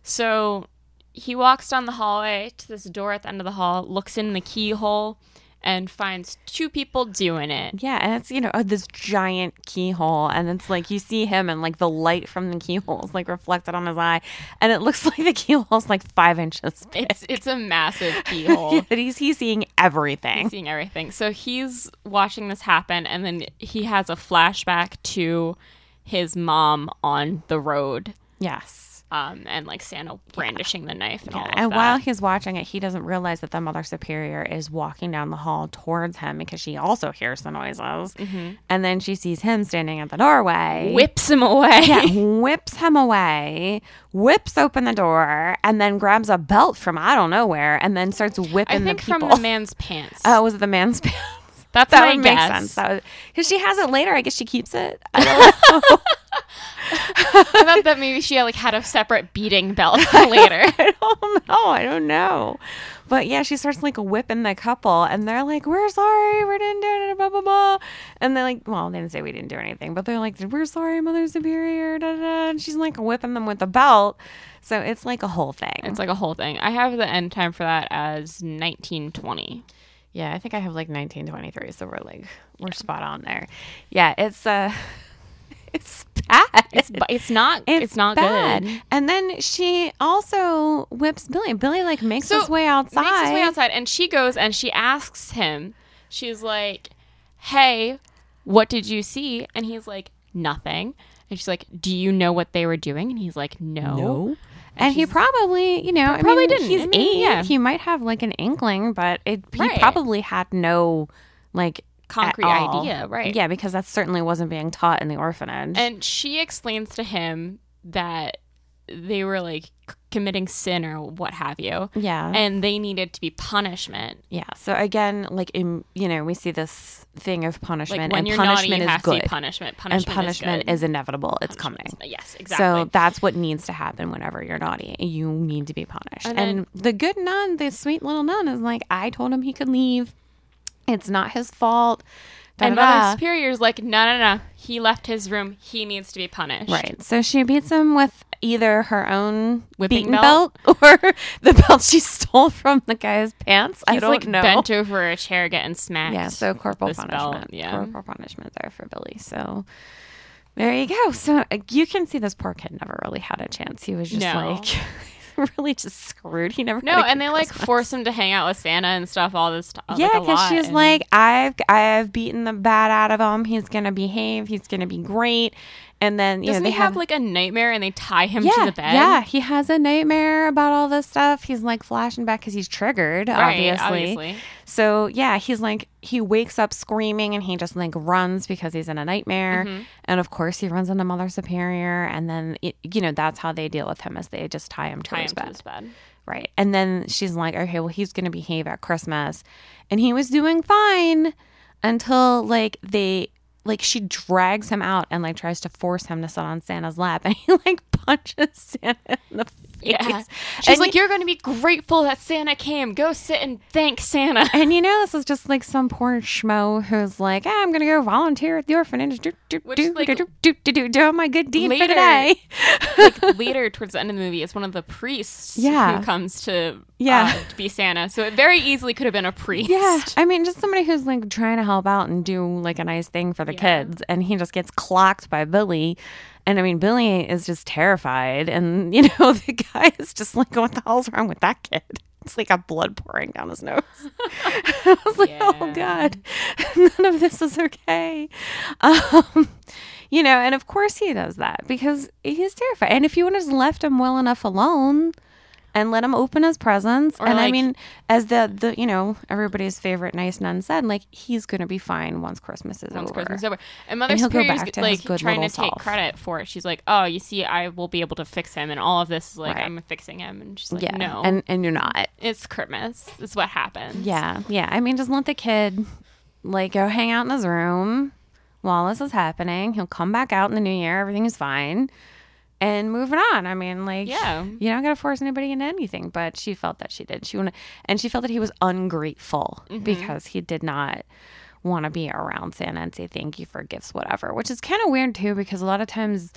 So he walks down the hallway to this door at the end of the hall, looks in the keyhole, and finds two people doing it.
Yeah, and it's you know uh, this giant keyhole, and it's like you see him, and like the light from the keyhole is like reflected on his eye, and it looks like the keyhole's like five inches. big.
It's it's a massive keyhole.
But he's he's seeing everything.
seeing everything. So he's watching this happen, and then he has a flashback to his mom on the road,
Yes.
um, and like Santa brandishing the knife and all of
And
that.
while he's watching it, he doesn't realize that the Mother Superior is walking down the hall towards him because she also hears the noises.
Mm-hmm.
And then she sees him standing at the doorway.
whips him away.
Yeah, whips him away, whips open the door, and then grabs a belt from I don't know where, and then starts whipping
I think
the
from
people.
the man's pants.
Oh, was it the man's pants?
that's
That
my
would
guess.
make sense. That would because she has it later. I guess she keeps it. I don't
I thought that maybe she like had a separate beating belt later.
I don't know. I don't know. But yeah, she starts like whipping the couple, and they're like, "We're sorry, we didn't do it." Blah blah blah. And they're like, "Well, they didn't say we didn't do anything," but they're like, "We're sorry, Mother Superior." Da, da, da. And she's like whipping them with the belt, so it's like a whole thing.
it's like a whole thing. I have the end time for that as 1920.
yeah, I think I have like 1923, so we're like we're spot on there. Yeah, it's uh, it's bad.
It's bu- it's not it's, not good.
And then she also whips Billy. Billy like makes his way outside.
Makes his way outside, and she goes and she asks him. She's like, "Hey, what did you see?" And he's like, "Nothing." And she's like, "Do you know what they were doing?" And he's like, "No."
And he probably, you know, I
Probably
mean,
didn't.
He's
I mean,
eight.
yeah.
He might have like an inkling, but it, he
Right.
probably had no like at
Concrete
all.
idea, right.
Yeah, because that certainly wasn't being taught in the orphanage.
And she explains to him that they were like c- committing sin or what have you,
yeah.
and they needed to be punishment.
yeah. So again, like in, you know, we see this thing of
Like
punishment
when
and
you're
punishment
naughty, you
is
have
good.
to be punishment.
and
Punishment
punishment
is,
is, inevitable. It's coming.
good. yes, exactly.
So that's what needs to happen whenever you're naughty. You need to be punished. And,
And then-
the good nun, the sweet little nun, is like, I told him he could leave. It's not his fault. Da,
and
da, da.
Mother Superior's like, no, no, no. He left his room. He needs to be punished.
Right. So she beats him with either her own
Whipping
beaten belt. or the belt she stole from the guy's pants. I
He's
don't
like
know.
bent over a chair getting smacked.
yeah, so corporal
this belt,
punishment.
yeah.
Corporal punishment there for Billy. So there you go. So uh, you can see this poor kid never really had a chance. He was just
No.
like really just screwed. He never
No,
had a
and
good
they like
Christmas.
force him to hang out with Santa and stuff all this time.
Yeah,
because
because she's like, I've I've beaten the bad out of him. He's gonna behave. He's gonna be great. And then you
doesn't
know they
he have,
have
like a nightmare and they tie him
yeah,
to the bed?
Yeah, he has a nightmare about all this stuff. He's like flashing back because he's triggered,
Right,
obviously.
obviously.
So yeah, he's like he wakes up screaming and he just like runs because he's in a nightmare,
Mm-hmm.
and of course he runs into Mother Superior, and then it, you know that's how they deal with him is they just tie him to
tie him
his
to
bed,
his bed.
right? And then she's like, okay, well he's gonna behave at Christmas, and he was doing fine until like they. Like she drags him out and like tries to force him to sit on Santa's lap, and he like punches Santa in the face.
Yeah. She's
And
like,
he-
You're gonna be grateful that Santa came. Go sit and thank Santa.
And you know, this is just like some poor schmo who's like, "Ah, I'm gonna go volunteer at the orphanage, do do
Which,
do,
like,
do do do do do, doing my good deed for
later-
today.
like later towards the end of the movie, it's one of the priests
Yeah.
who comes to
Yeah.
uh, to be Santa. So it very easily could have been a priest.
Yeah, I mean, just somebody who's like trying to help out and do like a nice thing for the kids, and he just gets clocked by Billy. And I mean, Billy is just terrified, and you know, the guy is just like, "What the hell's wrong with that kid?" It's like a blood pouring down his nose. I was like, "Oh God, none of this is okay." Um, you know, and of course he does that because he's terrified. And if you would have just left him well enough alone and let him open his presents, and I
like-
mean, as the the you know everybody's favorite nice nun said, like he's gonna be fine once Christmas is
once
over.
Christmas is over. And Mother
And he'll go
Superior's
back to his
like
good
trying to
little
take
self.
credit for it. She's like, "Oh, you see, I will be able to fix him," and all of this is like,
Right.
"I'm fixing him," and she's like,
Yeah,
"No,
and and you're not.
it's Christmas. It's what happens."
Yeah, yeah. I mean, just let the kid like go hang out in his room while this is happening. He'll come back out in the new year. Everything is fine. And moving on. I mean, like,
Yeah.
you don't gotta force anybody into anything. But she felt that she did. She wanted, and she felt that he was ungrateful because he did not want to be around Santa and say thank you for gifts, whatever. Which is kind of weird too, because a lot of times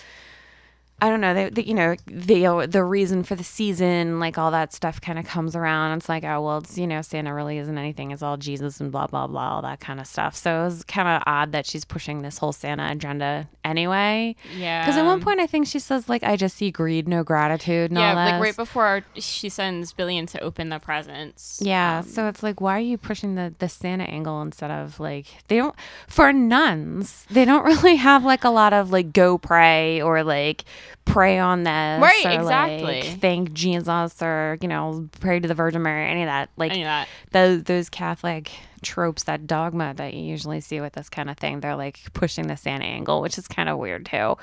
I don't know. They, they, you know, the the reason for the season, like all that stuff, kind of comes around. It's like, oh well, it's you know, Santa really isn't anything. It's all Jesus and blah blah blah, all that kind of stuff. So it was kind of odd that she's pushing this whole Santa agenda anyway.
Yeah.
Because at one point, I think she says like, "I just see greed, no gratitude." And
yeah,
all that.
like right before our, she sends Billion to open the presents.
Yeah, so it's like, why are you pushing the the Santa angle instead of like they don't for nuns they don't really have like a lot of like go pray or like pray on this
Right,
or,
exactly.
like, thank Jesus or you know pray to the Virgin Mary any of that like
Any of that.
those those Catholic tropes that dogma that you usually see with this kind of thing they're like pushing the Santa angle which is kind of weird too,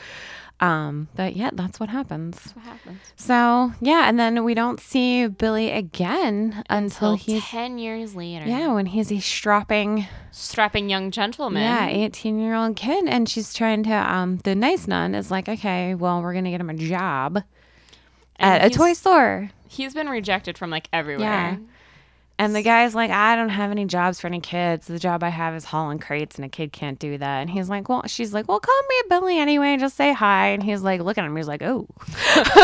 um but yeah that's what happens.
What happens?
So yeah, and then we don't see Billy again until,
Till
he's
ten years later.
yeah, when he's a strapping,
Strapping young gentleman.
yeah, eighteen-year-old kid, and she's trying to. Um, the nice nun is like, okay, well, we're gonna get him a job
And
at a
he's-
toy store,
He's been rejected from like everywhere.
Yeah. and the guy's like, I don't have any jobs for any kids. The job I have is hauling crates, and a kid can't do that. And he's like, well, she's like, well, call me a Billy anyway, just say hi. And he's like, look at him. He's like, oh,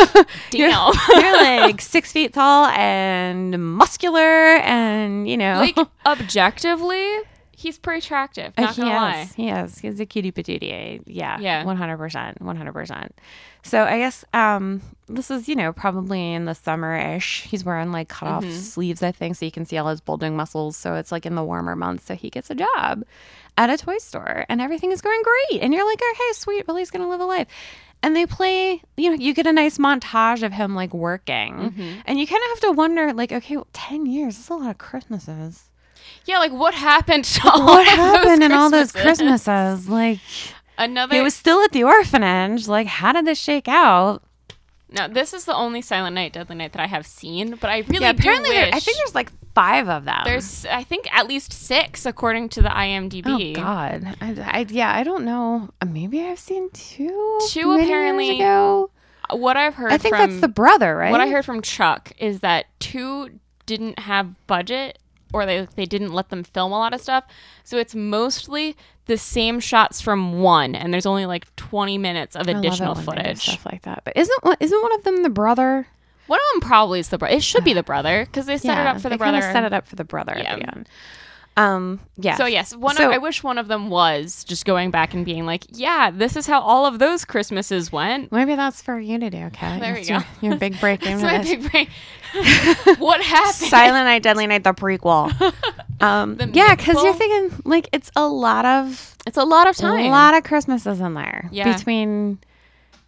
Damn.
you're like six feet tall and muscular, and you know,
like objectively, he's pretty attractive.
Uh,
Not gonna
he
lie.
Is, he is. He's a cutie patootie. Yeah.
Yeah.
One hundred percent. One hundred percent. So I guess um this is, you know, probably in the summer ish. He's wearing like cut
Mm-hmm.
off sleeves, I think, so you can see all his bulging muscles. So it's like in the warmer months. So he gets a job at a toy store and everything is going great. And you're like, oh hey, sweet, Billy's gonna live a life. And they play, you know, you get a nice montage of him like working.
Mm-hmm.
And you kind of have to wonder, like, okay, well, 10 years, that's a lot of Christmases
Yeah, like what happened to all
what
of those
happened in all those
Christmases?
Christmases? Like
Another
he was still at the orphanage. Like how did this shake out?
Now, this is the only Silent Night, Deadly Night that I have seen, but I really do
apparently there, I
wish-
think there's like five of them.
there's I think at least six according to the IMDb.
oh god, I, I- yeah, I don't know. Uh, Maybe I've seen two.
Two
many years
apparently
ago.
What I've heard,
I think
from,
that's the brother, right?
what I heard from Chuck is that two didn't have budget, or they they didn't let them film a lot of stuff, so it's mostly the same shots from one, and there's only like 20 minutes of
I love it
additional
when they do
footage.
stuff like that. But isn't one- isn't one of them the brother?
One of them probably is the brother. It should be the brother because they set it up for the
they
brother.
kinda Set it up for the brother at the
Yeah.
end. Um. Yeah.
So yes, one.
So-
of, I wish one of them was just going back and being like, "Yeah, this is how all of those Christmases went."
Maybe that's for you to do, okay?
There
That's
we go.
Your, your big break into
That's my
this.
big brain. what happened?
Silent Night, Deadly Night, the prequel. Um, yeah, because you're
mythical?
thinking like it's a lot of
It's a lot of
a
time.
lot of Christmases in there
Yeah.
between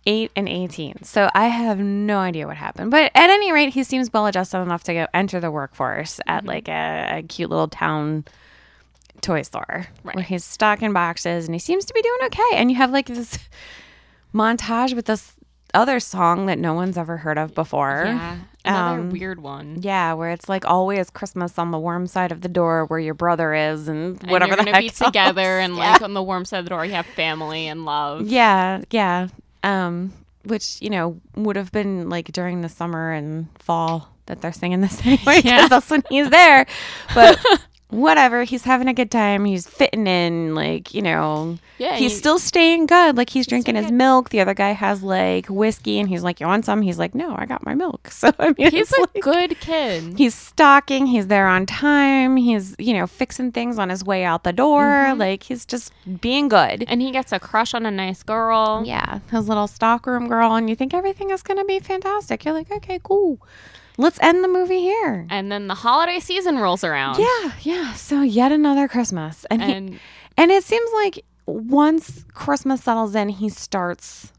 eight and eighteen. So I have no idea what happened, but at any rate, he seems well adjusted enough to go enter the workforce
Mm-hmm.
at like a, a cute little town toy store
Right.
where he's stocking boxes, and he seems to be doing okay. And you have like this montage with this other song that no one's ever heard of before.
Yeah, another
Um,
weird one.
Yeah, where it's like always Christmas on the warm side of the door where your brother is and
And
whatever
you're
the
gonna
heck.
be
else.
together, and like on the warm side of the door, you have family and love.
Yeah, yeah. Um, which you know would have been like during the summer and fall that they're singing this anyway because
Yeah.
that's when he's there. But whatever, he's having a good time. He's fitting in, like you know.
Yeah,
he's
he-
still staying good. Like he's drinking his milk. The other guy has like whiskey, and he's like, "You want some?" He's like, "No, I got my milk." So I mean,
He's
it's
a
like-
good kid.
he's stalking he's there on time he's you know fixing things on his way out the door like he's just being good
and he gets a crush on a nice girl.
yeah his little stockroom girl and you think everything is going to be fantastic you're like okay cool let's end the movie here
And then the holiday season rolls around.
yeah yeah so yet another christmas and he,
And
and it seems like once christmas settles in he starts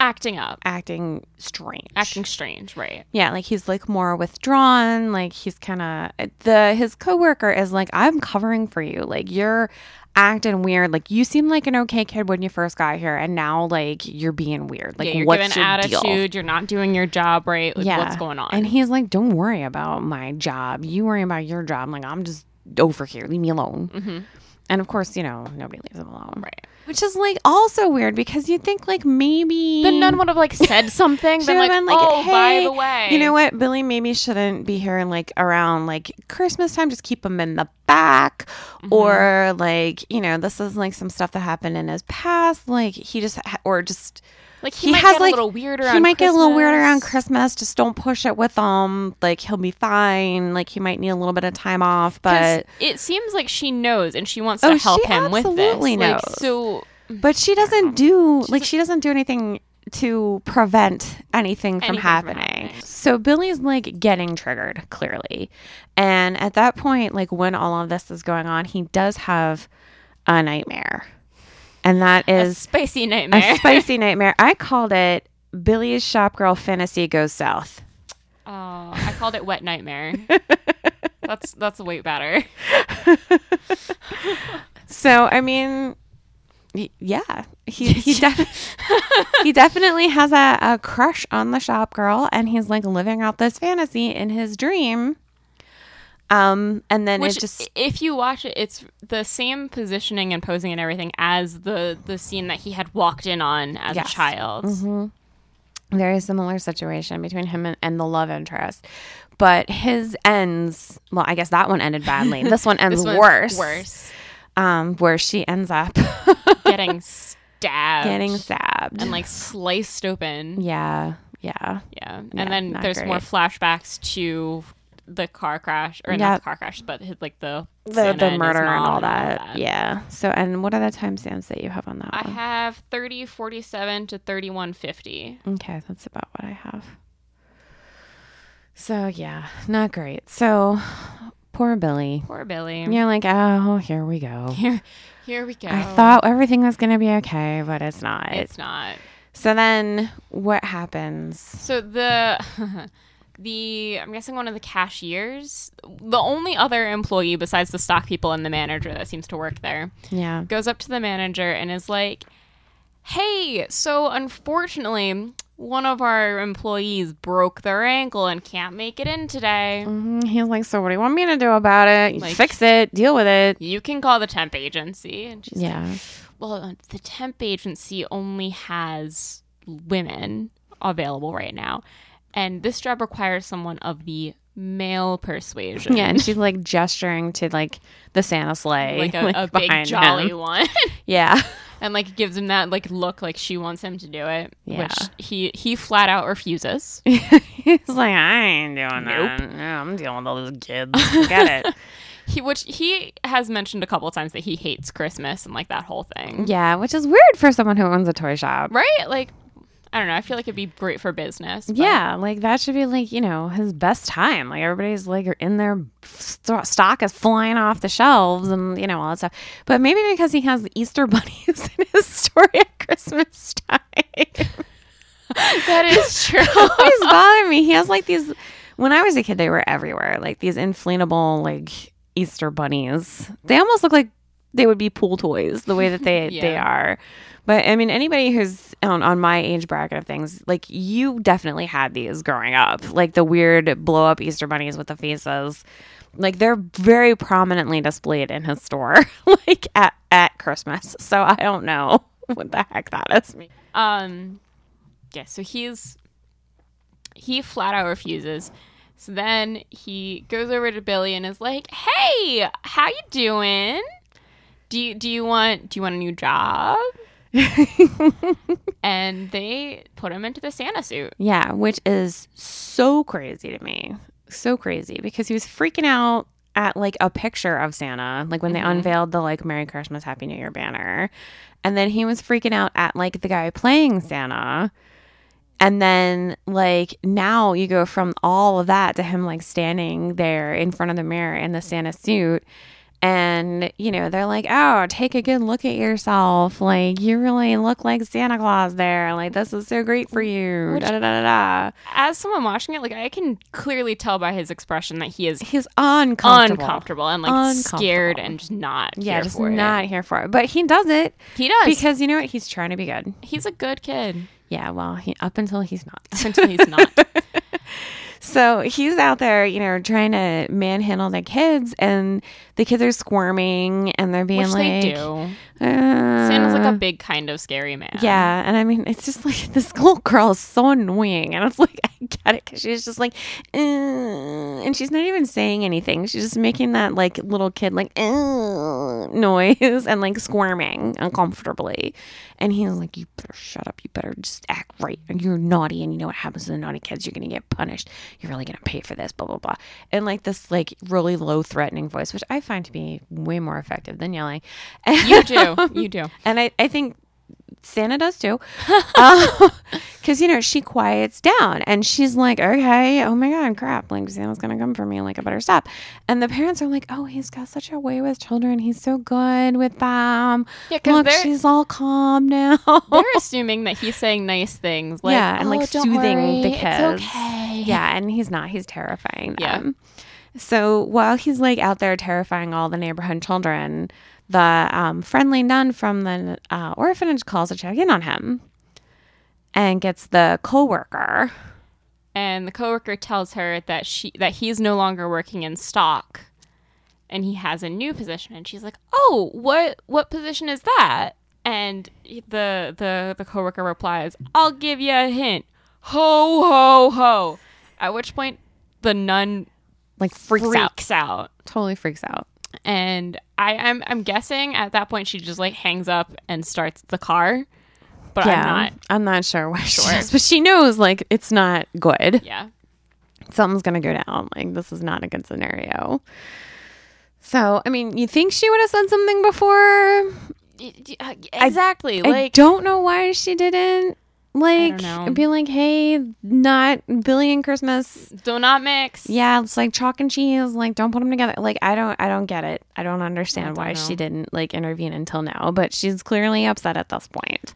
acting up,
acting strange
acting strange, right?
Yeah, like he's like more withdrawn. Like he's kind of the his coworker is like, I'm covering for you. Like you're acting weird. Like you seemed like an okay kid when you first got here, and now like you're being weird. Like
yeah, you're
what's
giving
your
attitude.
deal?
You're not doing your job right. Like, what's going on?
And he's like, Don't
Mm-hmm.
worry about my job. You worry about your job. Like I'm just over here. Leave me alone. And of course, you know, nobody leaves them alone. Right. Which is like also weird because you think like maybe
The nun would have like said something,
should
been
have
like,
been like,
"Oh,
hey,
by the way,
you know what? Billy maybe shouldn't be here in like around like Christmas time. Just keep him in the back,
Mm-hmm.
or like you know, this is like some stuff that happened in his past. Like he just ha- or just
Like he, might get a little weirder.
he
on
might get a little weird around
Christmas.
Christmas. Just don't push it with him. Like he'll be fine. Like he might need a little bit of time off,
'Cause
but
it seems like she knows and she wants
Oh,
to help
she
him with this.
absolutely
Like,
knows.
so
but she doesn't do like she doesn't do anything to prevent anything from
Anything from
happening.
happening.
So Billy's like getting triggered clearly. And at that point like when all of this is going on, he does have a nightmare. And that
a
is
spicy nightmare.
a spicy nightmare. I called it Billy's shop girl fantasy goes south.
oh, I called it wet nightmare. that's that's way better.
So I mean, y- yeah, he he, def- he definitely has a, a crush on the shop girl, and he's like living out this fantasy in his dream. Um, and then
Which,
it just
if you watch it, it's the same positioning and posing and everything as the the scene that he had walked in on as
Yes. Mm-hmm.
a child.
very similar situation between him and, and the love interest, but his ends. Well, I guess that one ended badly. This one ends
This one's
worse.
Worse.
Um, where she ends up
Getting stabbed.
getting stabbed.
and like sliced open.
yeah, yeah.
Yeah. And
Yeah,
then
not
there's more
great.
flashbacks to the car crash or
Yeah.
not the car crash, but his, like the
The,
Santa
the
his
murder and
mom
all that. Yeah. So, and what are the timestamps that you have on that
I
one?
have 30 47 to 31 50.
Okay, that's about what I have. So yeah, not great. So poor Billy.
Poor Billy.
You're like, oh, here we go.
Here, here we go.
I thought everything was gonna be okay, but it's not.
it's not.
so then, what happens?
So the the I'm guessing one of the cashiers, the only other employee besides the stock people and the manager that seems to work there,
Yeah.
goes up to the manager and is like, "Hey, so unfortunately, one of our employees broke their ankle and can't make it in today.
Mhm. He's like, so what do you want me to do about it? You
Mm-hmm. Like-
Fix it. Deal with it.
You can call the temp agency." And she's like,
Yeah.
"Well, uh, the temp agency only has women available right now, and this job requires someone of the male persuasion."
Yeah. And she's like gesturing to like the Santa sleigh,
Like a, a big
behind
jolly
him.
one,
Yeah.
and like gives him that like look, like she wants him to do it,
Yeah.
which he he flat out refuses.
He's like, I ain't doing that. No, I'm dealing with all those kids. Get it.
He, which he has mentioned a couple times that he hates Christmas and like that whole thing.
yeah, which is weird for someone who owns a toy shop.
Right? Like, I don't know. I feel like it'd be great for business. but-
Yeah, like that should be like, you know, his best time. Like everybody's like in their st- stock is flying off the shelves and, you know, all that stuff. But maybe because he has Easter bunnies in his story at Christmas time.
That is true.
always bothered me. He has like these. When I was a kid, they were everywhere. Like these inflatable like Easter bunnies. They almost look like they would be pool toys the way that they
Yeah.
they are. But I mean, anybody who's on, on my age bracket of things, like you definitely had these growing up. Like the weird blow up Easter bunnies with the faces. Like they're very prominently displayed in his store, like at, at Christmas. So I don't know what the heck that is.
um, yeah. So he's he flat out refuses. So then he goes over to Billy and is like, "Hey, how you doing? Do you do you want do you want a new job?" and they put him into the Santa suit.
Yeah, which is so crazy to me. So crazy because he was freaking out at like a picture of Santa, like when they unveiled the like Merry Christmas, Happy New Year banner. And then he was freaking out at like the guy playing Santa. And then like now you go from all of that to him like standing there in front of the mirror in the Santa suit. And, you know, they're like, oh, take a good look at yourself. Like, you really look like Santa Claus there. Like, this is so great for you. da, da, da, da, da.
as someone watching it, like I can clearly tell by his expression that he is
He's uncomfortable.
uncomfortable, and like
Uncomfortable.
scared and just not.
Yeah,
here
just
for it.
not here for it. But he does it
He does because
because, you know what? He's trying to be good.
he's a good kid
Yeah, well, he, up until he's not.
until he's not.
So he's out there, you know, trying to manhandle the kids, and the kids are squirming and they're being
Which
like,
they do.
"Uh,"
Santa's like a big kind of scary man.
Yeah, and I mean, it's just like this little girl is so annoying, and it's like I get it because she's just like, "Uh," and she's not even saying anything. She's just making that like little kid like "Uh," noise and like squirming uncomfortably, and he's like, "You better shut up. You better just act right. And you're naughty, and you know what happens to the naughty kids. You're gonna get punished. You're really gonna pay for this." Blah blah blah, and like this like really low threatening voice, which I find to be way more effective than yelling.
You do. You do.
and I, I think Santa does too. Because, you know, she quiets down and she's like, okay, oh my God, crap. Like, Santa's going to come for me. Like, I better stop. And the parents are like, oh, he's got such a way with children. He's so good with them.
Yeah, 'cause
Look,
they're-
she's all calm now.
They're assuming that he's saying nice things. Like,
yeah, and like
"Oh, don't
soothing
worry,
the
it's
kids.
okay."
Yeah, and he's not. He's terrifying
Yeah.
them. So while he's like out there terrifying all the neighborhood children, the um, friendly nun from the uh, orphanage calls to check in on him, and gets the coworker.
and the coworker tells her that she that he's no longer working in stock and he has a new position and she's like oh what what position is that and the the the coworker replies i'll give you a hint ho ho ho at which point the nun
Like freaks, out,
freaks out
totally freaks out.
and i I'm, I'm guessing at that point she just like hangs up and starts the car but i'm not
I'm not sure why she is, but she knows like it's not good.
yeah
something's gonna go down. Like this is not a good scenario. So I mean, you think she would have said something before?
exactly
I don't know why she didn't. Like
know.
be like, hey, not Billy and Christmas.
do not mix
Yeah, it's like chalk and cheese. Like don't put them together. Like I don't, I don't get it. I don't understand why she didn't like intervene until now. But she's clearly upset at this point.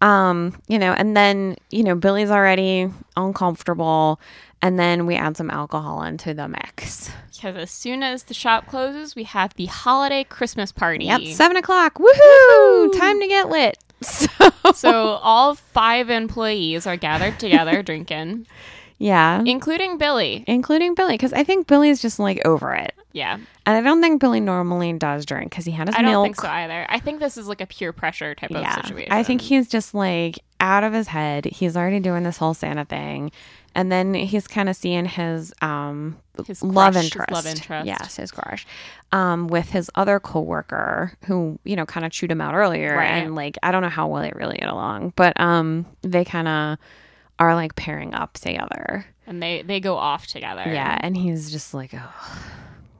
Um, you know, and then you know Billy's already uncomfortable, and then we add some alcohol into the mix.
Because as soon as the shop closes, we have the holiday Christmas party.
Yep, seven o'clock. Woohoo! Time to get lit. So
so all five employees are gathered together drinking,
yeah,
including Billy.
including Billy, because I think Billy's just like over it.
Yeah,
And I don't think Billy normally does drink because he had his
I don't
milk.
think so either. I think this is like a pure pressure type
Yeah,
of situation.
I think he's just like out of his head. He's already doing this whole Santa thing, and then he's kind of seeing his um
His
love
crush, his
interest,
love interest.
yes, his crush, um, with his other coworker who you know kind of chewed him out earlier,
Right.
and like I don't know how well they really get along, but um, they kind of are like pairing up together.
and they they go off together.
Yeah, and he's just like, oh,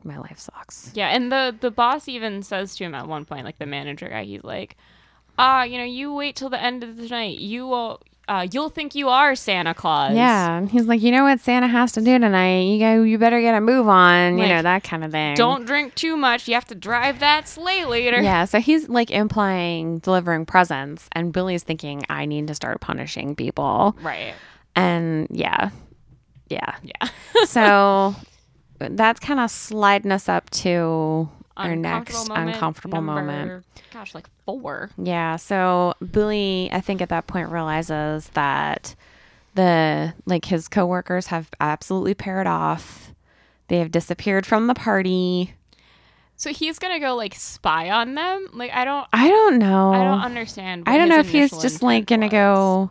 my life sucks.
yeah. And the the boss even says to him at one point, like the manager guy, he's like, "Ah, you know, you wait till the end of the night. You will, uh, you'll think you are Santa Claus."
Yeah, and he's like, you know what Santa has to do tonight? You go, you better get a move on, you
Like,
know that kind of thing.
Don't drink too much. You have to drive that sleigh later.
Yeah, so he's like implying delivering presents, and Billy's thinking, I need to start punishing people,
Right.
and yeah, yeah,
Yeah.
so that's kind of sliding us up to our
uncomfortable
next uncomfortable moment.
number- Gosh, like four.
Yeah, so Billy, I think at that point realizes that the like his coworkers have absolutely paired off. They have disappeared from the party.
So he's gonna go like spy on them. Like I don't,
I don't know.
I don't understand.
Oh. I don't know if he's just like gonna go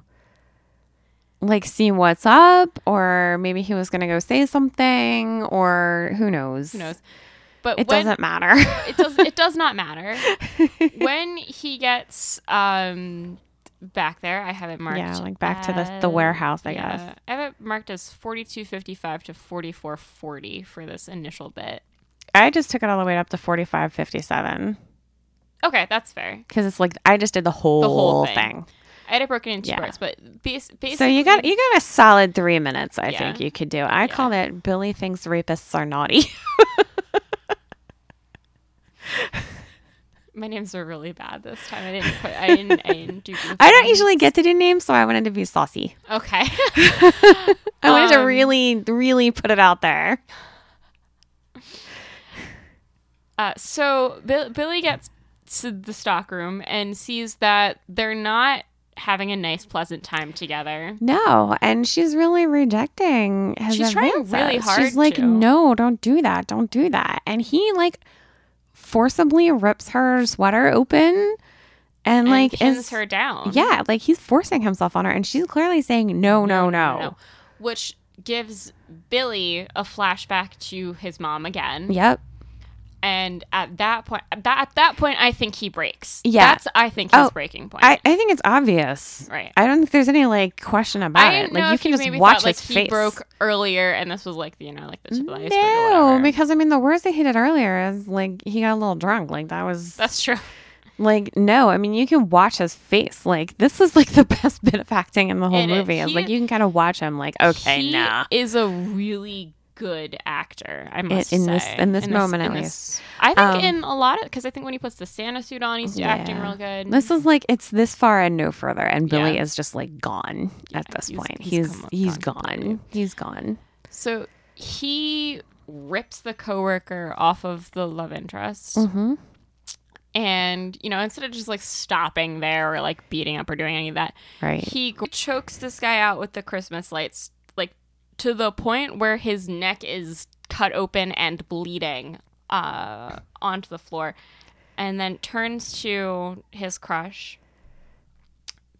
like see what's up or maybe he was gonna go say something or who knows.
Who knows? But
It
when,
doesn't matter.
It does. It does not matter. when he gets um back there, I have it marked.
Yeah, like back to the- the
as-
warehouse, I guess.
I have it marked as forty-two fifty-five to forty-four forty for this initial bit.
I just took it all the way up to forty five fifty seven.
Okay, that's fair.
Because it's like I just did the whole,
whole thing.
thing.
I had it broken into
Yeah.
parts, but bas- basically,
So you got you got a solid three minutes. I
Yeah.
think you could do. I call it Billy thinks rapists are naughty.
my names are really bad this time. I didn't. Put, I didn't. I didn't do. good
I don't
things.
usually get to do names, so I wanted to be saucy.
Okay.
I wanted to
Um,
really, really put it out there.
Uh, so Bill- Billy gets to the stock room and sees that they're not having a nice, pleasant time together.
No, and she's really rejecting his
She's trying really
advances.
hard
She's like,
to.
no, don't do that, don't do that. And he like forcibly rips her sweater open, and,
And
like
pins
is
her down.
yeah, like he's forcing himself on her, and she's clearly saying no, no, no.
Which gives Billy a flashback to his mom again.
Yep.
And at that point, that, at that point, I think he breaks.
Yeah.
That's, I think, his
Oh,
breaking point.
I, I think it's obvious.
Right.
I don't think there's any like question about
I
it.
didn't
Like
know
you
if
can
he
just
maybe
watch
thought, like,
his
he
face.
broke earlier, and this was like you know like the tip of the iceberg. or
no,
whatever.
because I mean the worst that he did earlier is like he got a little drunk. Like that was
that's true.
Like, no, I mean, you can watch his face. Like, this is like the best bit of acting in the whole
It is.
movie. Is
He-
like, you can kind of watch him, like, okay,
he
nah.
is a really good actor. I must
in
say
this- in this moment, at
in
least.
I think
Um,
in a lot of because I think when he puts the Santa suit on, he's acting
Yeah.
real good.
This is like, it's this far and no further. And Billy
Yeah.
is just like gone at this
he's-
point.
he's
He's,
come-
he's
gone completely.
gone. He's gone.
so he rips the coworker off of the love interest.
Mm.
And you know, instead of just like stopping there or like beating up or doing any of that,
Right.
he gr- chokes this guy out with the Christmas lights, like to the point where his neck is cut open and bleeding uh, onto the floor, and then turns to his crush,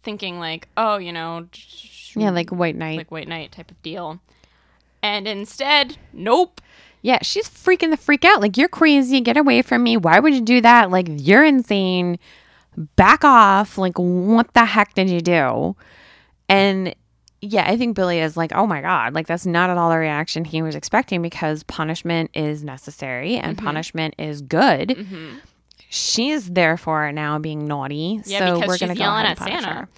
thinking like, "Oh, you know,
yeah, like White Knight.
like White Knight type of deal," and instead, nope.
yeah, she's freaking the freak out. Like, you're crazy. Get away from me. Why would you do that? Like, you're insane. Back off. Like, what the heck did you do? And yeah, I think Billy is like, oh my God, like that's not at all the reaction he was expecting because punishment is necessary and
Mm-hmm.
punishment is good. She is therefore now being naughty.
Yeah,
so
because
we're
she's
going to go
yelling
ahead and
at
punish
Santa.
her.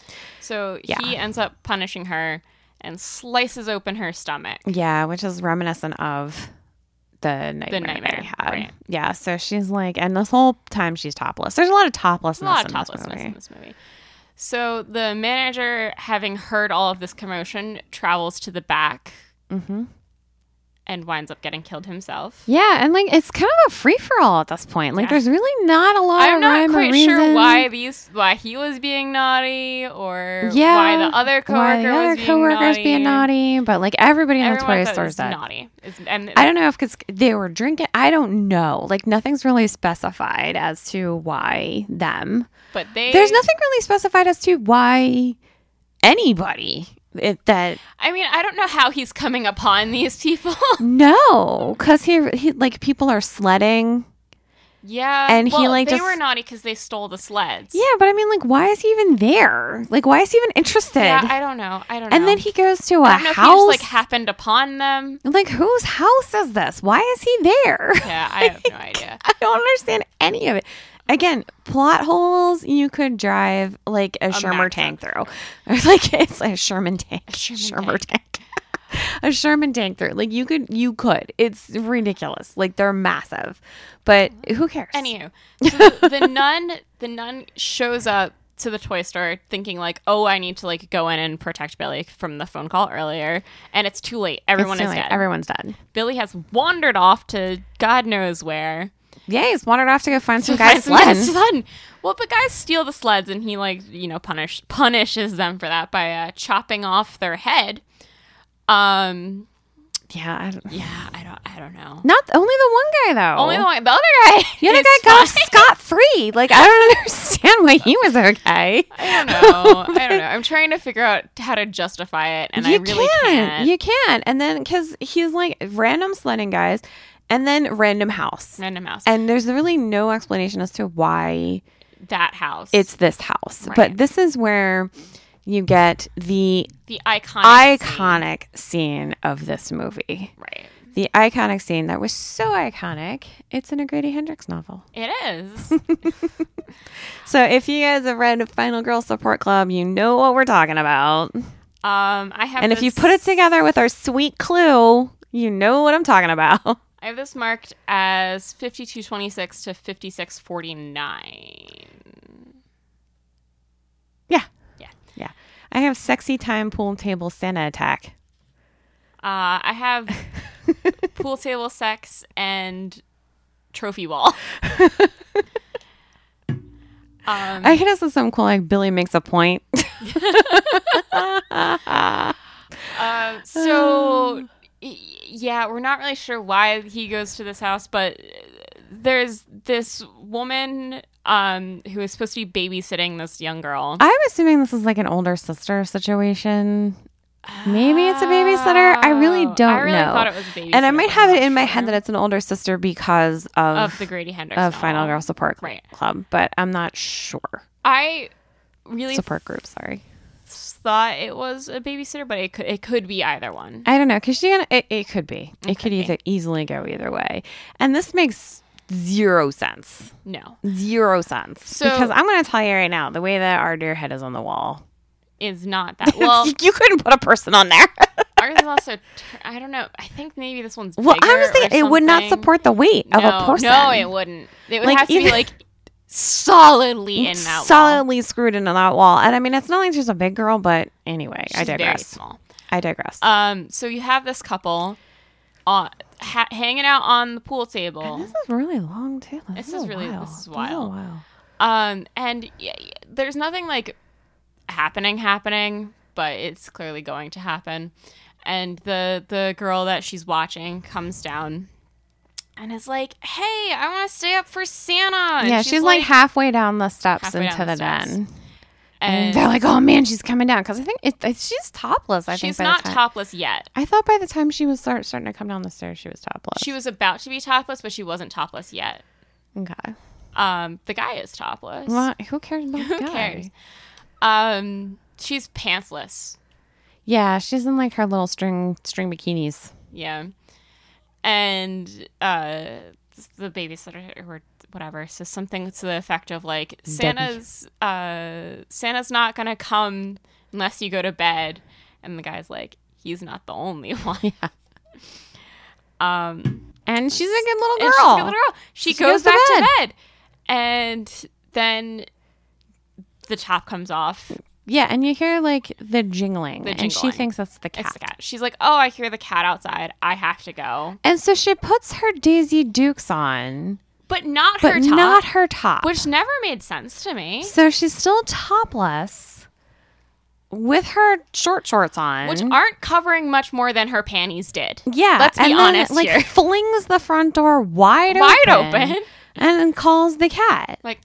So he
Yeah.
ends up punishing her and slices open her stomach.
Yeah, which is reminiscent of the nightmare,
nightmare,
they had.
right.
Yeah, so she's like, and this whole time she's topless. There's a lot of toplessness.
a lot of
in this
toplessness
movie.
in this movie. So the manager, having heard all of this commotion, travels to the back
Mm-hmm.
and winds up getting killed himself.
Yeah, and like it's kind of a free for all at this point. Like,
Yeah.
there's really not a lot.
I'm
of
not
rhyme or
quite sure
reason.
why these why he was being naughty or
Yeah,
why the other coworker
why the other
was being
coworkers
naughty.
being naughty, but like everybody in the
Everyone
toy
thought it
store
was
is that.
naughty. It's- and
I don't know if because they were drinking. I don't know. Like nothing's really specified as to why them.
but they
There's nothing really specified as to why anybody it, that
I mean, I don't know how he's coming upon these people.
no, because he, he like people are sledding.
yeah,
And he,
well,
like,
they
just-
were naughty because they stole the sleds.
Yeah, but I mean, like, why is he even there? Like, why is he even interested?
yeah. I don't know. I don't know.
and then he goes to a
I don't know
house.
if he just like happened upon them.
Like whose house is this? Why is he there?
Yeah, I have no idea.
I don't understand any of it. Again, plot holes you could drive like a, Shermer
Mack
tank through. It's like it's a Sherman tank. A
Sherman
tank. a Sherman tank through. Like you could you could. It's ridiculous. Like they're massive. But who cares?
Anywho, so the, the nun, the nun shows up to the toy store thinking like, "Oh, I need to like go in and protect Billy from the phone call earlier," and it's too late.
It's
Everyone
too
is
late.
dead.
Everyone's dead.
Billy has wandered off to God knows where.
Yeah, he's wandered off to go find some
to
guys
find some guys
sledding.
sledding. Well, the guys steal the sleds, and he like you know punish punishes them for that by uh, chopping off their head. Um.
Yeah, I don't,
Yeah, I don't. I don't know.
not only the one guy though.
Only the, one- the other guy.
The other
is
guy got off
fine.
scot free. Like I don't understand why he was okay.
I don't know. I don't know. I'm trying to figure out how to justify it, and I really can't.
You can. And then because he's like random sledding guys, and then random house.
Random house.
And there's really no explanation as to why
that house.
it's this house.
Right.
But this is where you get the
the iconic. scene.
iconic scene of this movie.
Right.
The iconic scene that was so iconic, it's in a Grady Hendrix novel.
It is.
So if you guys have read Final Girl Support Club, you know what we're talking about.
Um, I have.
And if you
this-
put it together with our sweet clue, you know what I'm talking about.
I have this marked as 5226 to 5649.
Yeah.
Yeah.
Yeah. I have sexy time pool table Santa attack.
Uh, I have pool table sex and trophy wall. um, Mm.
I hit us with some cool like Billy makes a point.
Um, so y- yeah, we're not really sure why he goes to this house, but uh, there's this woman um who is supposed to be babysitting this young girl.
I'm assuming this is like an older sister situation. Maybe it's a babysitter. I really
Oh,
don't
I really
know.
thought it was a babysitter.
and I might
but
have
I'm
it
not
in my head
sure.
that it's an older sister because of,
of the Grady Hendrix
of Final
novel.
Girl Support
Right.
Club, but I'm not sure.
I really
Support group, sorry.
thought it was a babysitter, but it could it could be either one.
I don't know because she it, it could be it could either easily go either way, and this makes zero sense,
No,
zero sense.
So-
because I'm going to tell you right now, the way that our dear head is on the wall,
is not that. Well,
you couldn't put a person on there.
ours is also. tur- I don't know. I think maybe this one's.
well, I
bigger
was
or
thinking it would not
something.
support the weight of
No,
a person.
No, it wouldn't. It would
Like,
have to be
either-
like solidly in that wall.
solidly screwed into that wall. And I mean, it's not like she's a big girl, but anyway, I
She's very
digress.
small.
I digress.
Um, so you have this couple, uh, ha- hanging out on the pool table.
this is really long too. This, is, really
this
wild.
is
a
wild.
while.
Um, and y- y- there's nothing like happening, happening, but it's clearly going to happen. And the the girl that she's watching comes down and is like, "Hey, I want to stay up for Santa." And
Yeah, she's, like, halfway down the steps
halfway down
into
the
the
steps.
den.
and
they're like, "Oh man, she's coming down." Because I think it, it- she's topless. I think
she's
by
not
the time.
topless yet.
I thought by the time she was start, starting to come down the stairs, she was topless.
She was about to be topless, but she wasn't topless yet.
okay.
Um, the guy is topless.
Well, who cares about
Who
the guy?
cares? Um, she's pantsless.
Yeah, she's in like her little string string bikinis.
Yeah. And uh the babysitter or whatever says something to the effect of like Santa's uh Santa's not gonna come unless you go to bed and the guy's like, He's not the only one. Um
And she's a good
and
little
she's
girl.
a little girl. She, goes, back to bed. And then the top comes off.
Yeah, and you hear like the jingling,
The
and she
jingling.
thinks that's the cat.
It's the cat. She's like, Oh, I hear the cat outside. I have to go.
And so she puts her Daisy Dukes on,
But not
but
her top.
not her top.
Which never made sense to me.
so she's still topless with her short shorts on,
Which aren't covering much more than her panties did.
Yeah,
Let's be
and then,
honest
like
here.
flings the front door wide
Wide
open,
open.
and then calls the cat.
Like,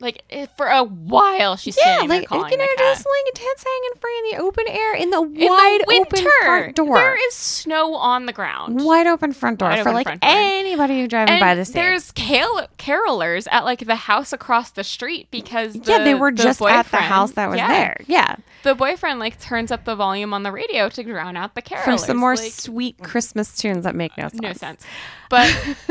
like eh, for a while she's
Yeah,
standing there
like
calling
you know,
the cat.
just like tits hanging free in the open air in the
In the
wide open front door.
There is snow on the ground.
wide open front door
Wide
for
open
like
front door.
anybody who driving
And
by the city.
there's carol- carolers at like the house across the street because the,
yeah, they were
the
just at the
boyfriend-
house that was
yeah,
there. Yeah,
The boyfriend like turns up the volume on the radio to drown out the carolers
for some more
like, mm.
sweet Christmas tunes that make no sense.
no sense. But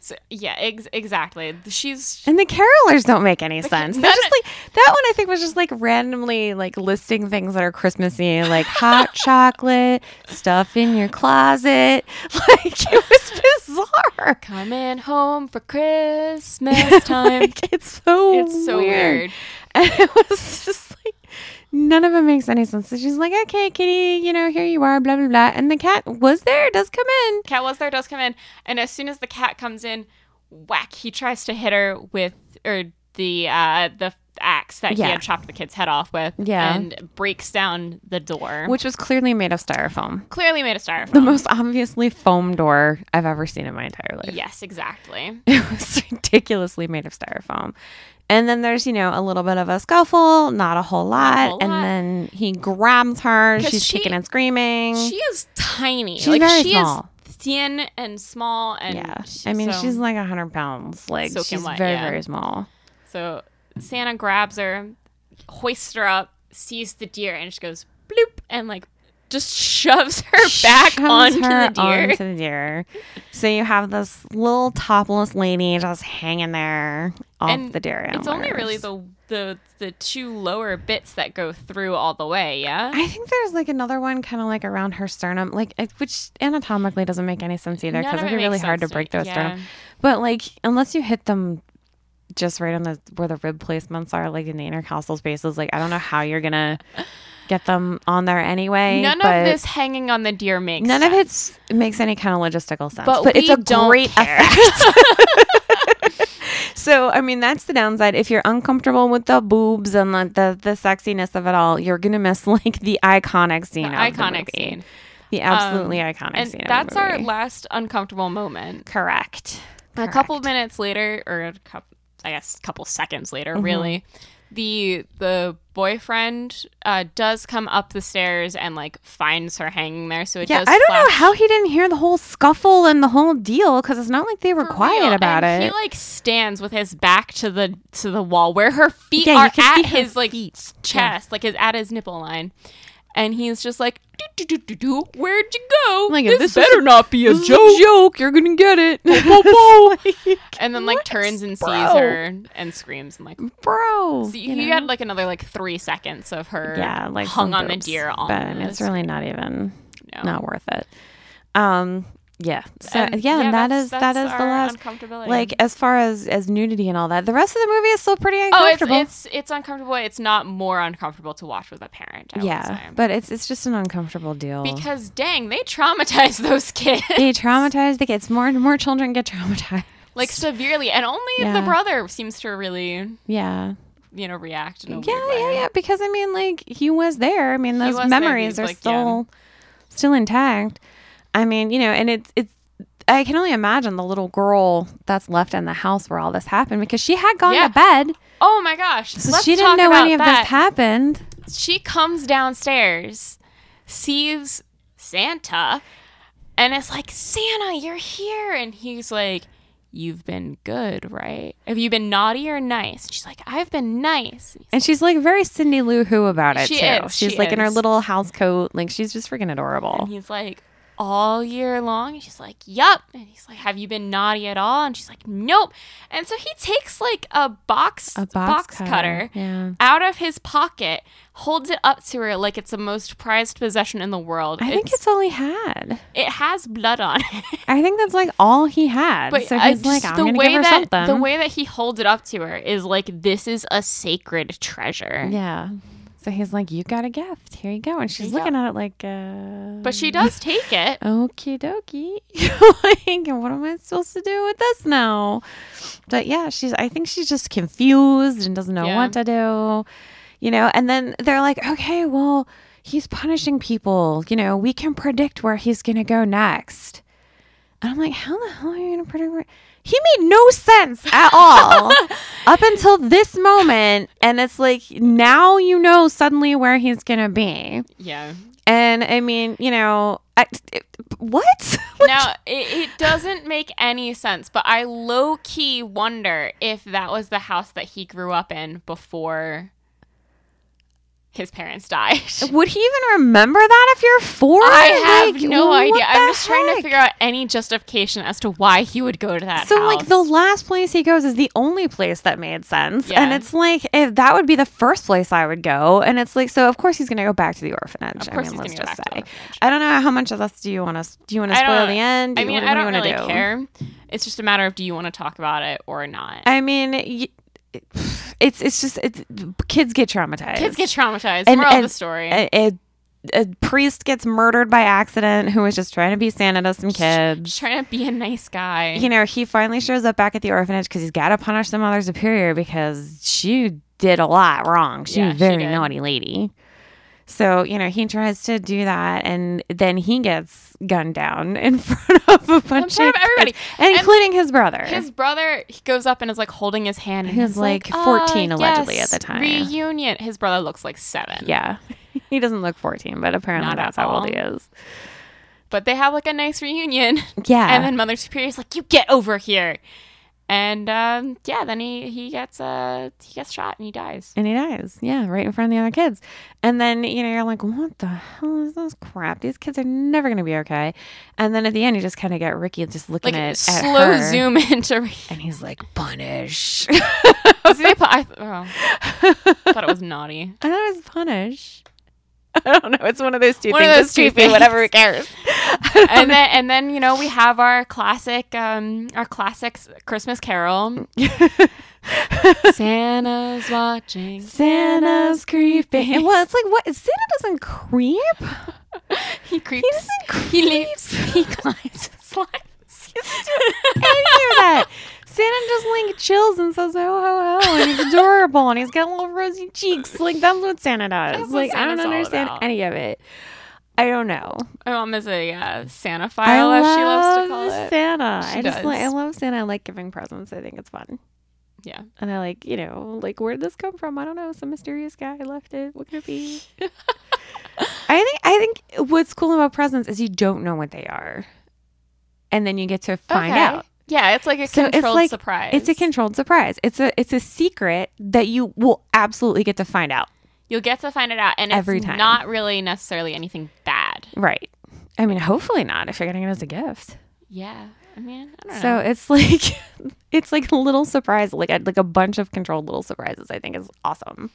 so, yeah, ex- exactly. She's
And the carolers don't make any sense. They're
none
just
of-
like that one. I think was just like randomly like listing things that are Christmassy, like hot chocolate, stuff in your closet. Like it was bizarre.
coming home for
Oh
Christmas time.
Like, it's so
It's so weird.
And it was just like none of it makes any sense. So she's like, "Okay, kitty, you know, here you are." Blah blah blah. And the cat was there. Does come in.
Cat was there, does come in, and as soon as the cat comes in, whack! He tries to hit her with or the uh, the axe that
Yeah.
he had chopped the kid's head off with,
Yeah.
and breaks down the door,
which was clearly made of styrofoam.
clearly made a star.
The most obviously foam door I've ever seen in my entire life.
Yes, exactly.
It was ridiculously made of styrofoam. And then there's, you know, a little bit of a scuffle, not a whole lot.
whole
and
lot.
then he grabs her.
'Cause
She's
she-
kicking and screaming.
She is tiny.
Mm-hmm. She's
like
very
she
small.
is thin and small, and
yeah.
she-
I mean,
so-
she's like 100 pounds. Like,
Soaking
she's
wet,
very,
yeah.
very small.
So Santa grabs her, hoists her up, sees the deer, and just goes bloop and like just shoves her back
Shoves
onto
her
the deer.
onto the deer. So you have this little topless lady just hanging there off
And
the deer.
It's only really
antlers.
the the the two lower bits that go through all the way, yeah.
I think there's like another one kind of like around her sternum, like it- which anatomically doesn't make any sense either
None
because
of
it'd be
it
really
makes
hard to
sense to
break
me.
through a sternum.
Yeah.
But like unless you hit them just right on the where the rib placements are, like in the intercostal spaces, like I don't know how you're gonna get them on there anyway.
None
but
of this hanging on the deer makes
None of
sense.
it's- it makes any kind of logistical sense, but,
But
it's
we
a
don't
great
care.
effect. So, I mean, that's the downside. If you're uncomfortable with the boobs and the the, the sexiness of it all, you're gonna miss like the iconic scene.
The
of the
iconic
movie.
scene.
The absolutely
Um,
iconic
and
scene. of the
that's our
movie.
last uncomfortable moment.
correct.
A couple minutes later, or a couple, I guess, a couple seconds later,
Mm-hmm.
really, the the boyfriend uh, does come up the stairs and like finds her hanging there. So it
Yeah,
does.
I don't know
flash
how he didn't hear the whole scuffle and the whole deal because it's not like they were
for
quiet
real.
about
And
it.
He like stands with his back to the to the wall where her feet
Yeah, you
are
can
at
see her
his like chest, like his at his nipple line. And he's just like, "Do, do, do, do, do. where'd you go?
Like, if
this,
this was
better
a-
not be a
This is
joke.
joke. You're gonna get it,
And then like turns and sees
bro?
her and screams and like
bro.
so
you
you,
know?
had like another like three seconds of her
yeah, like
hung
some
on the
boobs,
deer on
But I mean, it's really not even
No.
not worth it. Um, yeah. So
And,
yeah,
yeah,
and that
that's-
is that is
that's
the
our
last
uncomfortability.
Like as far as as nudity and all that, the rest of the movie is still pretty
Oh, it's,
uncomfortable.
it's it's uncomfortable. It's not more uncomfortable to watch with a parent. I would
yeah,
say.
but it's it's just an uncomfortable deal.
because dang, they traumatize those kids.
they traumatize the kids. More and more children get traumatized.
like severely and only
Yeah.
the brother seems to really
Yeah.
you know react in a
Yeah,
weird way.
yeah, yeah. Because I mean, like he was there. I mean, those
was there.
memories
He's
are
like, yeah.
still still intact. I mean, you know, and it's it's. I can only imagine the little girl that's left in the house where all this happened because she had gone
Yeah.
to bed,
oh my gosh
so
let's
she didn't
talk
know
about
any of
that.
this happened.
she comes downstairs sees santa and it's like santa you're here and he's like you've been good right have you been naughty or nice she's like i've been nice
And she's like very Cindy Lou Who about it
She
too.
is,
she's
she
like in her
is.
little house coat, like she's just freaking adorable.
And he's like, all year long? And she's like, yup. And he's like, have you been naughty at all? And she's like, nope. And so he takes like a box,
A box
box,
cutter,
cutter,
yeah.
out of his pocket, holds it up to her like it's the most prized possession in the world.
I think it's all he had.
it has blood on it.
I think that's like all he had. so
I
he's like,
uh, just-
I'm gonna give her
that
something.
the way that he holds it up to her is like this is a sacred treasure.
Yeah. So he's like, You got a gift. Here you go. And she's
you go.
looking at it like, uh,
But she does take it.
okie dokie. like, what am I supposed to do with this now? But yeah, she's, I think she's just confused and doesn't know
Yeah.
what to do, you know? And then they're like, Okay, well, he's punishing people. You know, we can predict where he's going to go next. And I'm like, how the hell are you going to predict? where-" He made no sense at all up until this moment. And it's like, now you know suddenly where he's going to be.
Yeah.
And I mean, you know, I, it- what?
now it, it doesn't make any sense but i low-key wonder if that was the house that he grew up in before his parents died
Would he even remember that if you're four?
i have
Like,
no
what
idea
the
i'm just trying to
heck?
figure out any justification as to why he would go to that
So
house
like the last place he goes is the only place that made sense, and
Yeah.
it's like if that would be the first place I would go, and it's like so of course he's gonna go back to the orphanage.
course
I mean,
he's
let's
gonna
just
go back to the
say,
orphanage.
I don't know how much of this do you want to do you want to
I
spoil
don't-
the end?
i
Do you-
mean
what-
i
what
don't
do
really
you wanna do?
care it's just a matter of do you want to talk about it or not
I mean, y- it's it's just it's, kids get traumatized.
kids get traumatized moral of the story
A, a- a priest gets murdered by accident who was just trying to be Santa to some
just
kids.
trying to be a nice guy
You know, he finally shows up back at the orphanage because he's got to punish the mother superior because she did a lot wrong. She
Yeah,
was a
she
very
did.
naughty lady. So, you know, he tries to do that and then he gets gunned down in front of a bunch
front of
kids,
everybody. And
including his brother.
His brother he goes up and is like holding his hand. And
He was,
he's
like, 14
"Ah,
allegedly
yes,
at the time."
Reunion. His brother looks like seven.
yeah. He doesn't look 14, but apparently
Not at
that's how old
all.
he is.
But they have like a nice reunion.
Yeah.
And then Mother Superior's like, "You get over here." And um, yeah, then he he gets uh he gets shot and he dies.
And he dies. Yeah, right in front of the other kids. And then, you know, you're like, what the hell is this crap? These kids are never going to be okay. And then at the end, you just kind of get Ricky just looking
Like
at,
slow
at her,
zoom into. Re-
And he's like, punish.
See, they put- I th- oh. thought it was naughty.
I thought it was punish. I don't know. It's one of those two
One of
things.
those
It's
two
creepy,
things.
Whatever, who cares?
And then and then you know we have our classic um our classic Christmas Carol. Santa's watching.
Santa's creeping. And well, it's like, what? Santa doesn't creep.
He creeps.
doesn't
He leaps. He climbs and slides.
Any of that. Santa just like chills and says ho ho ho, and he's adorable, and he's got little rosy cheeks. Like that's what Santa does.
That's what
like I don't
Santa's all
understand
about.
any of it. I don't know.
My mom is a uh, Santa
I
file, as she loves to call
love
it.
Santa.
She
I just like I
does.
love Santa. I like giving presents. I think it's fun.
Yeah.
And I like, you know, like where did this come from? I don't know. Some mysterious guy left it. What could it be? I think I think what's cool about presents is you don't know what they are. And then you get to find
Okay.
out.
Yeah, it's like a
So it's
controlled
like-
surprise.
It's a controlled surprise. It's a it's a secret that you will absolutely get to find out.
You'll get to find it out, and
Every
it's
time.
not really necessarily anything bad.
Right. I mean, hopefully not if you're getting it as a gift.
Yeah, I mean, I don't
So
know.
it's like it's like a little surprise, like a, like a bunch of controlled little surprises. I think is awesome.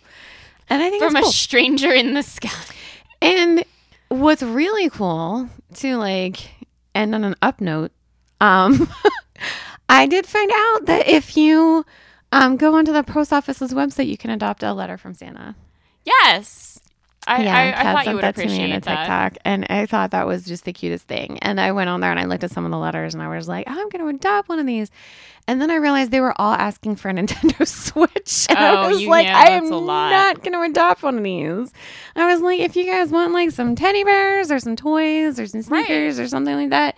And I think
From
it's
a
cool.
stranger in the sky.
And what's really cool to like end on an up note, um, I did find out that if you um, go onto the post office's website, you can adopt a letter from Santa.
Yes, I, I, I
Kat
thought you
sent
would appreciate
a
that.
TikTok, and I thought that was just the cutest thing. And I went on there and I looked at some of the letters, and I was like, "Oh, "I'm going to adopt one of these." And then I realized they were all asking for a Nintendo Switch, and I
Oh,
was
you
like,
know
"I
that's
am
a lot."
not going to adopt one of these." I was like, "If you guys want like some teddy bears or some toys or some sneakers or something like that."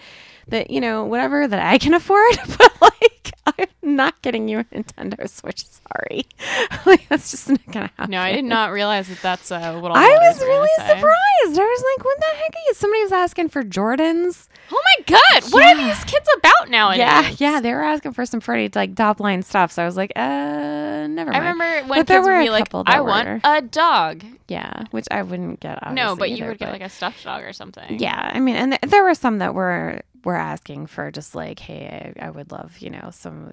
That you know, whatever that I can afford, but like I'm not getting you a Nintendo Switch. Sorry, like that's just not gonna happen.
No, I did not realize that that's uh, what all the
I
letters
was
were gonna
really
say.
surprised. I was like, "What the heck are you?" Somebody was asking for Jordans.
Oh my god, what are these kids about nowadays?
yeah, yeah, they were asking for some pretty like top line stuff. So I was like, "Uh, never mind."
I remember when
But there
kids
were
would
a
be like,
couple that
"I
were-
want a dog."
yeah, which I wouldn't get. Obviously,
No, but you
either,
would get like a stuffed dog or something.
yeah, I mean, and th- there were some that were were asking for just like, "Hey, I, I would love you know some."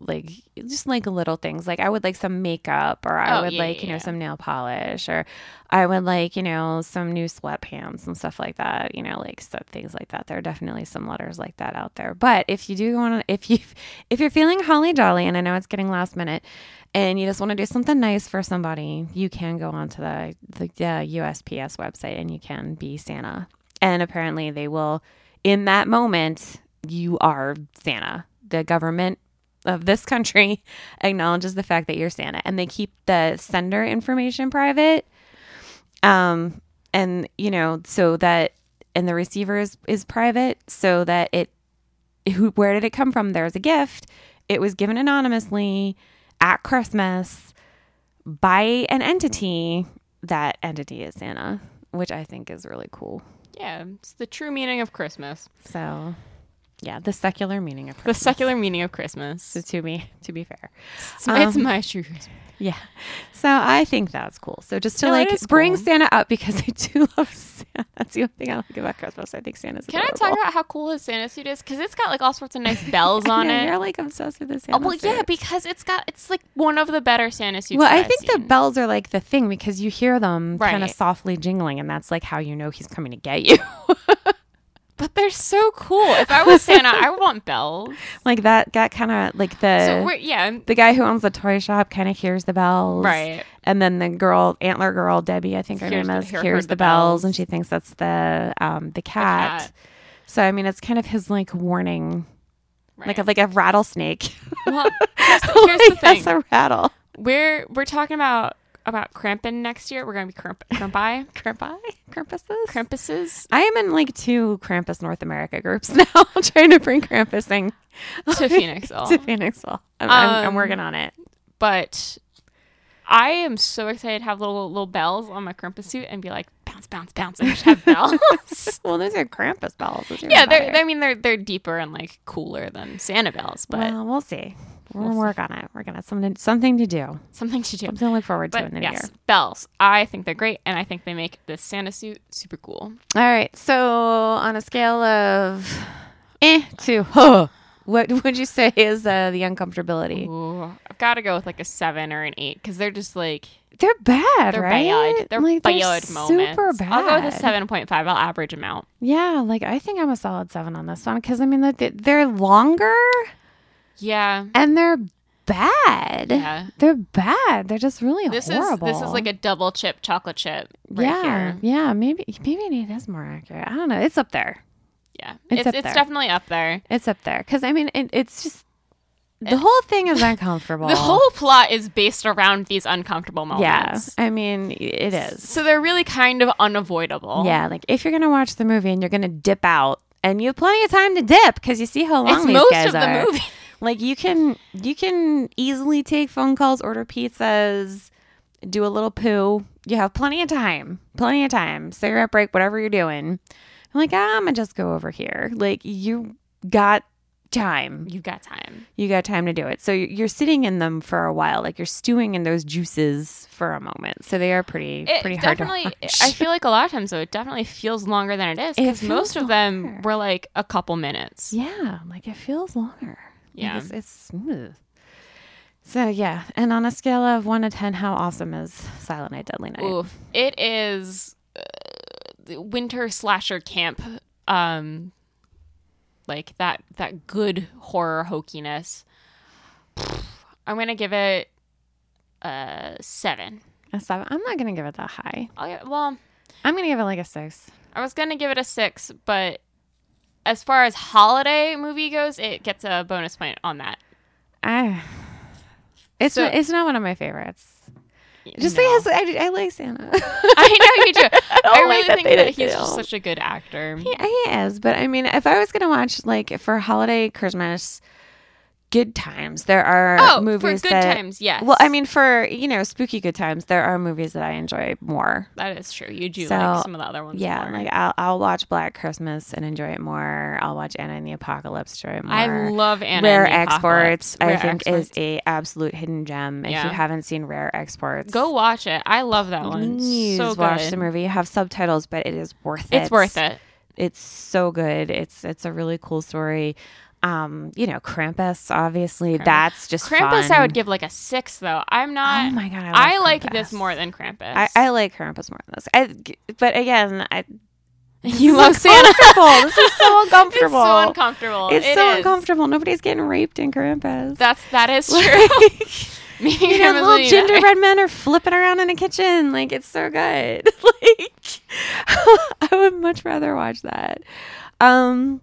Like just like little things, like I would like some makeup, or I
Oh,
would
yeah,
like
yeah,
you know
yeah.
some nail polish, or I would like, you know, some new sweatpants and stuff like that, you know, like so things like that. There are definitely some letters like that out there. But if you do want to, if you, if you're feeling holly jolly, and I know it's getting last minute, and you just want to do something nice for somebody, you can go onto the the uh, USPS website and you can be Santa. And apparently, they will. In that moment, you are Santa. The government of this country acknowledges the fact that you're Santa, and they keep the sender information private um and you know so that and the receiver is is private so that it who where did it come from there's a gift it was given anonymously at christmas by an entity that entity is santa which i think is really cool
Yeah, it's the true meaning of Christmas.
so yeah the secular meaning of
The
christmas
secular meaning of Christmas.
so to me to be fair
It's, it's my true Christmas.
yeah so i think that's cool so just to
No, it
like
is
bring
cool.
santa up because i do love santa that's the only thing i like about christmas i think santa's
Can I
adorable.
talk about how cool his Santa suit is? Because it's got like all sorts of nice bells
I
on
know,
it.
You're like obsessed with the Santa.
oh, well, yeah,
suit.
because it's got it's like one of the better Santa suits.
well,
that
I
I've
think the
seen.
bells are like the thing because you hear them kind of
Right.
softly jingling, and that's like how you know he's coming to get you.
but they're so cool. If I was Santa, I would want bells.
like that got kind of like the
So we're yeah, I'm-
the guy who owns the toy shop kind of hears the bells,
Right.
And then the girl, antler girl, Debbie, I think her
Hears
name
the-
is,
hear-
hears
heard
the,
the
bells, and
bells.
she thinks that's the um the cat.
cat.
So I mean, it's kind of his like warning, like
Right.
a, like a rattlesnake.
well, here's the, here's the
Like, that's
thing.
a rattle.
we're we're talking about about crimping next year. We're gonna be crimp crimpi
Krampus, Krampuses,
crimpuses
I am in like two Krampus North America groups now. I'm trying to bring Krampus thing
to Phoenixville.
to Phoenixville. I'm, I'm, I'm
Um,
working on it.
But I am so excited to have little little bells on my crimpus suit and be like bounce bounce bounce and just have bells.
Well, those are Krampus balls. Those are
yeah,
even
they're,
better.
they're- I mean they're they're deeper and like cooler than Santa bells, but
well, we'll see. We'll, work on it. We're gonna something something to do.
something to do.
Something to look forward to in
But
the new
yes,
year.
bells. I think they're great, and I think they make this Santa suit super cool.
All right. So on a scale of eh to huh, what would you say is uh, the uncomfortability?
Ooh, I've got to go with like a seven or an eight because they're just like
They're bad,
they're
right?
bad. They're
like,
bad moments.
Super bad.
I'll go with a seven point five. I'll average them out.
Yeah, like I think I'm a solid seven on this one because I mean that they- they're longer
Yeah,
and they're bad.
Yeah.
They're bad. They're just really
this
Eh, horrible.
is this is like a double chip chocolate chip. Right
yeah,
here.
yeah. Maybe maybe it is more accurate. I don't know. It's up there.
yeah.
It's
It's
up
it's
there.
definitely up there.
It's up there because I mean it, it's just The whole thing is uncomfortable.
The whole plot is based around these uncomfortable moments.
Yeah. I mean, it is.
So they're really kind of unavoidable.
Yeah, like if you're gonna watch the movie and you're gonna dip out, and you have plenty of time to dip because you see how long
It's
these
most
guys
of the
are.
movie.
Like you can you can easily take phone calls, order pizzas, do a little poo. You have plenty of time, plenty of time. Cigarette break, whatever you're doing. I'm like, ah, I'm gonna just go over here. Like you got time
You've got time.
you got time to do it so y- you're sitting in them for a while like you're stewing in those juices for a moment so they are pretty
It
pretty hard to
definitely.
watch.
I feel like a lot of times though, it definitely feels longer than it is
It
because
feels
most of them
longer.
were like a couple minutes.
Yeah, like it feels longer. Like,
Yeah.
it's, it's smooth. So yeah, and on a scale of one to ten, how awesome is Silent Night, Deadly Night?
Oof. It is uh, the winter slasher camp. Um, like that that good horror hokiness. I'm gonna give it uh seven.
A seven. I'm not gonna give it that high.
I'll give, well,
I'm gonna give it like a six.
I was gonna give it a six, but as far as holiday movie goes, it gets a bonus point on that.
I. It's
So-
not, it's not one of my favorites. Just
No.
because I, I like Santa.
I know you do. I,
don't
really
like that
think
they
that
didn't
he's
do.
just such a good actor.
Yeah, he is. But I mean, if I was gonna watch like for holiday Christmas, good times. There are
Oh, for
movies
good
that-
times, yes.
Well, I mean, for you know, spooky good times. There are movies that I enjoy more.
That is true. You do
So,
like some of the other ones.
Yeah,
more.
like I'll I'll watch Black Christmas and enjoy it more. I'll watch Anna and the Apocalypse to enjoy it more.
I love Anna.
Rare
and the
Exports.
Apocalypse. Rare
I think
Exports.
is a absolute hidden gem. If
Yeah.
you haven't seen Rare Exports,
Go watch it. I love that one.
Please
so good.
watch the movie. You have subtitles, but it is worth it.
It's worth it.
It's so good. It's it's a really cool story. Um, you know, Krampus. Obviously, that's just
Krampus, I
fun.
would give like a six though. I'm not.
Oh my god, I, love
I, like
Krampus.
this more than Krampus.
I, I like Krampus more than this. I, but again, I
you
This
love
is
Santa.
uncomfortable. This is so
It's
uncomfortable.
so uncomfortable.
It's
It
so
is.
uncomfortable. Nobody's getting raped in Krampus.
That's that is true. Me and
you know,
Krampus
little
would be-
gingerbread men are flipping around in a kitchen. Like it's so good. like I would much rather watch that. Um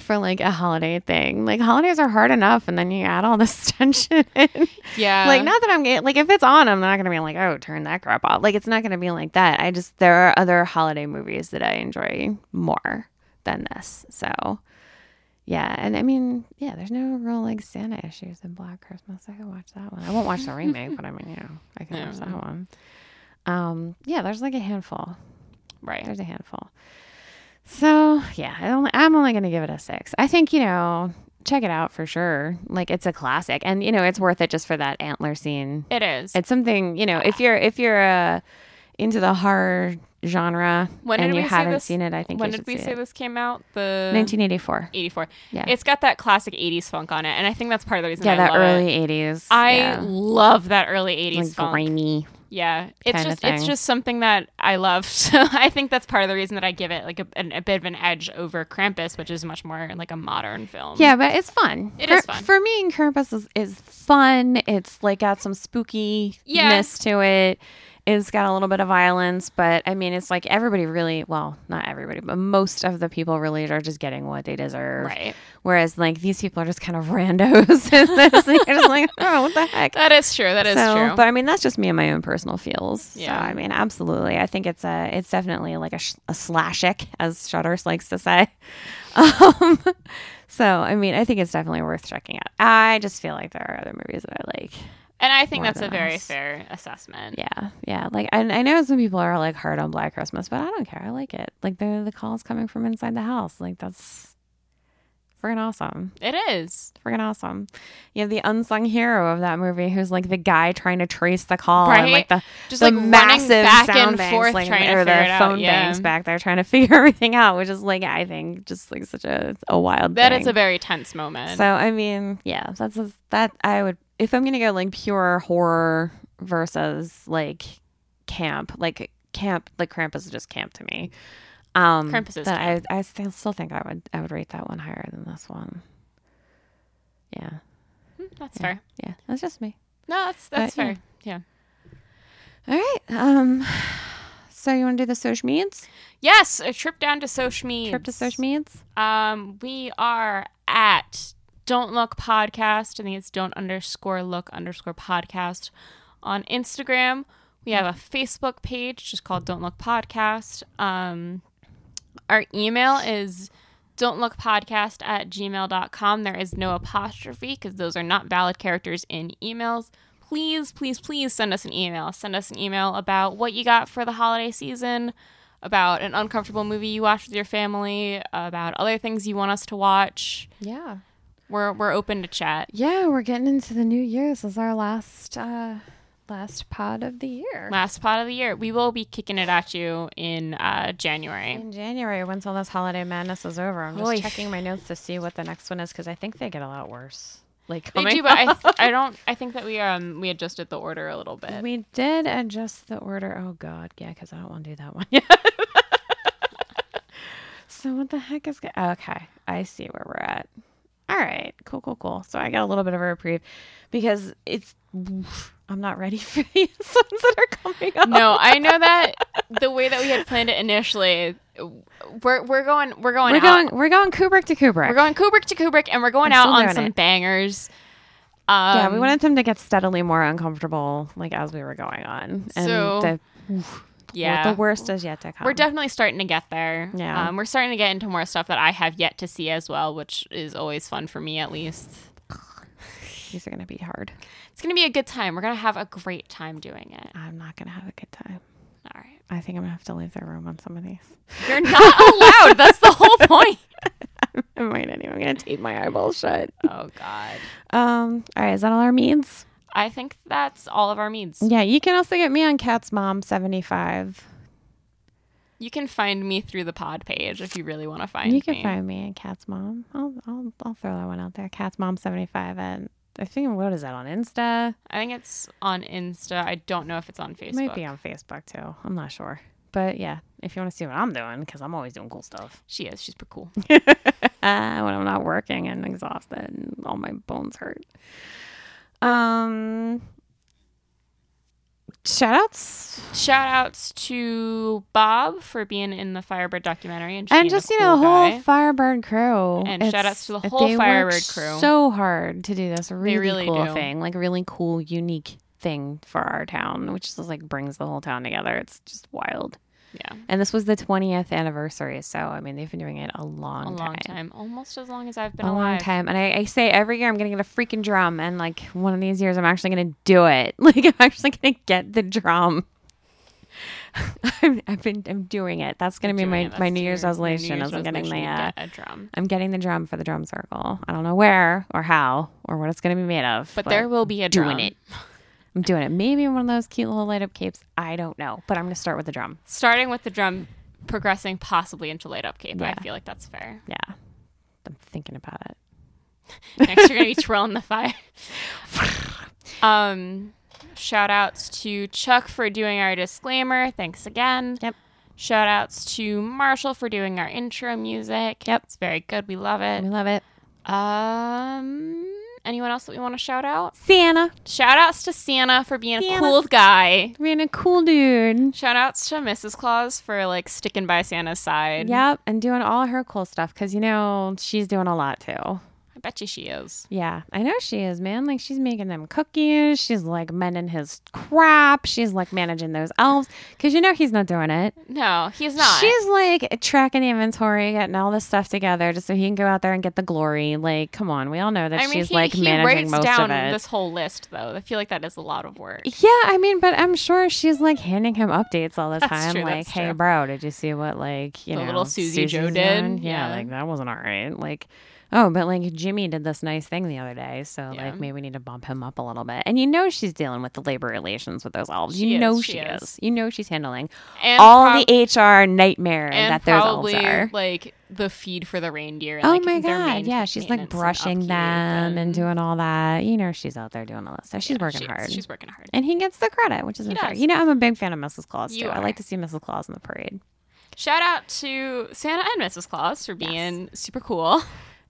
for like a holiday thing. Like holidays are hard enough and then you add all this tension in.
Yeah.
Like not that I'm getting like if it's on, I'm not gonna be like, oh, turn that crap off. Like it's not gonna be like that. I just there are other holiday movies that I enjoy more than this. So yeah, and I mean, yeah, there's no real like Santa issues in Black Christmas. I could watch that one. I won't watch the remake, but I mean, you know, I can watch that one. Um, yeah, there's like a handful.
Right.
There's a handful. So yeah, I only, I'm only gonna give it a six. I think you know, check it out for sure. Like it's a classic, and you know, it's worth it just for that antler scene.
It is.
It's something you know, if you're if you're uh, into the horror genre
When
and
did
you
we say
haven't
this-
seen it, I think
when
you
did
should
we
see
say
it.
this came out? The
1984.
84.
Yeah.
It's got that classic 80s funk on it, and I think that's part of the reason.
Yeah,
I
that
love it.
early 80s.
I
yeah.
love that early 80s
like
funk.
grimy.
Yeah, it's
kinda
just it's
thing.
just something that I love. So I think that's part of the reason that I give it like a, an, a bit of an edge over Krampus, which is much more like a modern film.
Yeah, but it's fun.
It
for,
is fun.
for me. Krampus is, is fun. It's like got some spookiness
Yeah.
to it. It's got a little bit of violence, but I mean, it's like everybody really well, not everybody, but most of the people really are just getting what they deserve.
Right.
Whereas like these people are just kind of randos in this, and you're just like, oh, what the heck?
that is true. That is
so,
true.
But I mean, that's just me and my own personal feels.
Yeah.
Yeah. So I mean, absolutely. I think it's a, it's definitely like a, sh- a slashic, as Shutters likes to say. Um, so I mean, I think it's definitely worth checking out. I just feel like there are other movies that I like.
and I think
more
that's a
than
very
us.
fair assessment.
Yeah, yeah. Like I, I know some people are like hard on Black Christmas, but I don't care. I like it. Like the the calls coming from inside the house. Like that's freaking awesome.
It is.
freaking awesome. You have the unsung hero of that movie, who's like the guy trying to trace the call,
Right?
and like the
Just,
the
like, running back and forth
like,
trying to
or the
figure it out,
phone
yeah.
banks back there trying to figure everything out, which is like I think just like such a a wild.
That
thing.
is a very tense moment.
so I mean, yeah, that's a, that I would if I'm gonna go like pure horror versus like camp, like camp, like Krampus is just camp to me. Um,
Krampus is
that I I still, still think I would I would rate that one higher than this one. Yeah.
that's fair.
Yeah, that's just me.
No, that's that's
But, yeah.
fair. Yeah.
All right. Um, so you want to do the social medias?
Yes, a trip down to Sochmi.
Trip to social medias?
Um, we are Um, at Don't Look Podcast. I think it's Don't underscore Look underscore Podcast on Instagram. We have a Facebook page just called Don't Look Podcast. Um, our email is don't look podcast at gmail.com. There is no apostrophe because those are not valid characters in emails. Please, please, please send us an email. Send us an email about what you got for the holiday season, about an uncomfortable movie you watched with your family, about other things you want us to watch.
Yeah.
We're, we're open to chat.
Yeah, we're getting into the new year. This is our last uh last pod of the year.
Last part of the year. We will be kicking it at you in uh, January.
in January, once all this holiday madness is over, I'm just
Oy.
checking my notes to see what the next one is because I think they get a lot worse. Like oh coming
They do, but I,
up.
th- I don't. I think that we um we adjusted the order a little bit.
we did adjust the order. Oh God, yeah, because I don't want to do that one yet. so what the heck is go- okay? I see where we're at. All right, cool, cool, cool. So I got a little bit of a reprieve because it's I'm not ready for these ones that are coming up.
No, I know that the way that we had planned it initially, we're we're going we're going
we're going
out.
we're going Kubrick to Kubrick.
we're going Kubrick to Kubrick, and we're going
I'm
out
still
on
doing
some
it.
bangers.
Yeah, we
Um,
wanted them to get steadily more uncomfortable, like as we were going on. And
So-
the,
Yeah,
the worst is yet to come.
We're definitely starting to get there.
Yeah.
um, we're starting to get into more stuff that I have yet to see as well, which is always fun for me at least.
These are gonna be hard.
It's gonna be a good time. We're gonna have a great time doing it.
I'm not gonna have a good time.
All right,
I think I'm gonna have to leave the room on some of these.
you're not allowed. That's the whole point.
I might anyway. I'm gonna tape my eyeball shut.
Oh God.
Um. All right. Is that all our means?
I think that's all of our needs.
Yeah. You can also get me on Cat's Mom seventy five.
You can find me through the pod page if you really want to find
You can
me.
find me at Cat's Mom. I'll I'll, I'll throw that one out there. Cat's Mom seventy five. And I think what is that on Insta?
I think it's on Insta. I don't know if it's on Facebook.
It might be on Facebook too. I'm not sure. But yeah, if you want to see what I'm doing, because I'm always doing cool stuff.
She is. She's pretty cool.
uh, when I'm not working and exhausted and all my bones hurt. Um, shout outs.
Shout outs to Bob for being in the Firebird documentary and just,
And
being
just,
a
you know, the
cool
whole
guy.
Firebird crew.
And shout-outs to the
they
whole
work
Firebird crew.
So hard to do this really,
really
cool
do.
thing, like really cool, unique thing for our town, which just like brings the whole town together. It's just wild.
yeah,
And this was the 20th anniversary. So, I mean, they've been doing it a long
a long
time.
time, almost as long as I've been
a
alive.
long time. And I, I say every year I'm going to get a freaking drum. And like one of these years, I'm actually going to do it. Like I'm actually going to get the drum. I'm, I've been, I'm doing it. That's going to be
Doing
my, my
it. That's
New Year's
your- your
resolution.
Year's
is I'm getting the,
resolution,
uh,
get a drum.
I'm getting the drum for the drum circle. I don't know where or how or what it's going to be made of.
But there will be a
doing
drum.
it. I'm doing it. Maybe one of those cute little light up capes. I don't know. But I'm going to start with the drum.
Starting with the drum, progressing possibly into light up cape.
Yeah.
I feel like that's fair.
Yeah. I'm thinking about it.
Next, you're gonna be twirling the fire. um, shout outs to Chuck for doing our disclaimer. Thanks again.
Yep.
Shout outs to Marshall for doing our intro music.
Yep.
It's very good. We love it.
We love it.
Um, anyone else that we want to shout out?
Santa,
Shout outs to Santa for being a
Santa.
cool guy.
being a cool dude.
Shout outs to Mrs. Claus for like sticking by Santa's side.
Yep, and doing all her cool stuff because you know she's doing a lot too.
I bet you she is.
Yeah, I know she is, man. Like she's making them cookies. She's like mending his crap. She's like managing those elves because you know he's not doing it.
No, he's not.
She's like tracking the inventory, getting all this stuff together just so he can go out there and get the glory. Like, come on, we all know that
I mean,
she's
he,
like
he
managing
writes
most
down
of it.
this whole list though. I feel like that is a lot of work.
Yeah, I mean, but I'm sure she's like handing him updates all the
That's
time.
true,
like,
that's
hey,
true.
bro, did you see what like you
The
know
little Susie Jo
Susie's
did?
doing? Yeah,
Yeah.
like that wasn't all right. Like, oh, but like Jimmy did this nice thing the other day, so
Yeah.
like maybe we need to bump him up a little bit. And you know she's dealing with the labor relations with those elves.
She
you
is,
know
she
she
is.
is. You know she's handling
And
all
prob-
the HR nightmare
and
that those elves
probably
are.
like the feed for the reindeer. and,
Oh
like,
my
their
god!
main
Yeah, she's like
maintenance and
brushing
upkeep
them and doing all that. You know, she's out there doing all that stuff. She's working
she's,
hard.
She's working hard.
And he gets the credit, which is unfair.
does.
You know, I'm a big fan of Mrs. Claus
You
too. I
are.
like to see Mrs. Claus in the parade.
Shout out to Santa and Mrs. Claus for being super cool.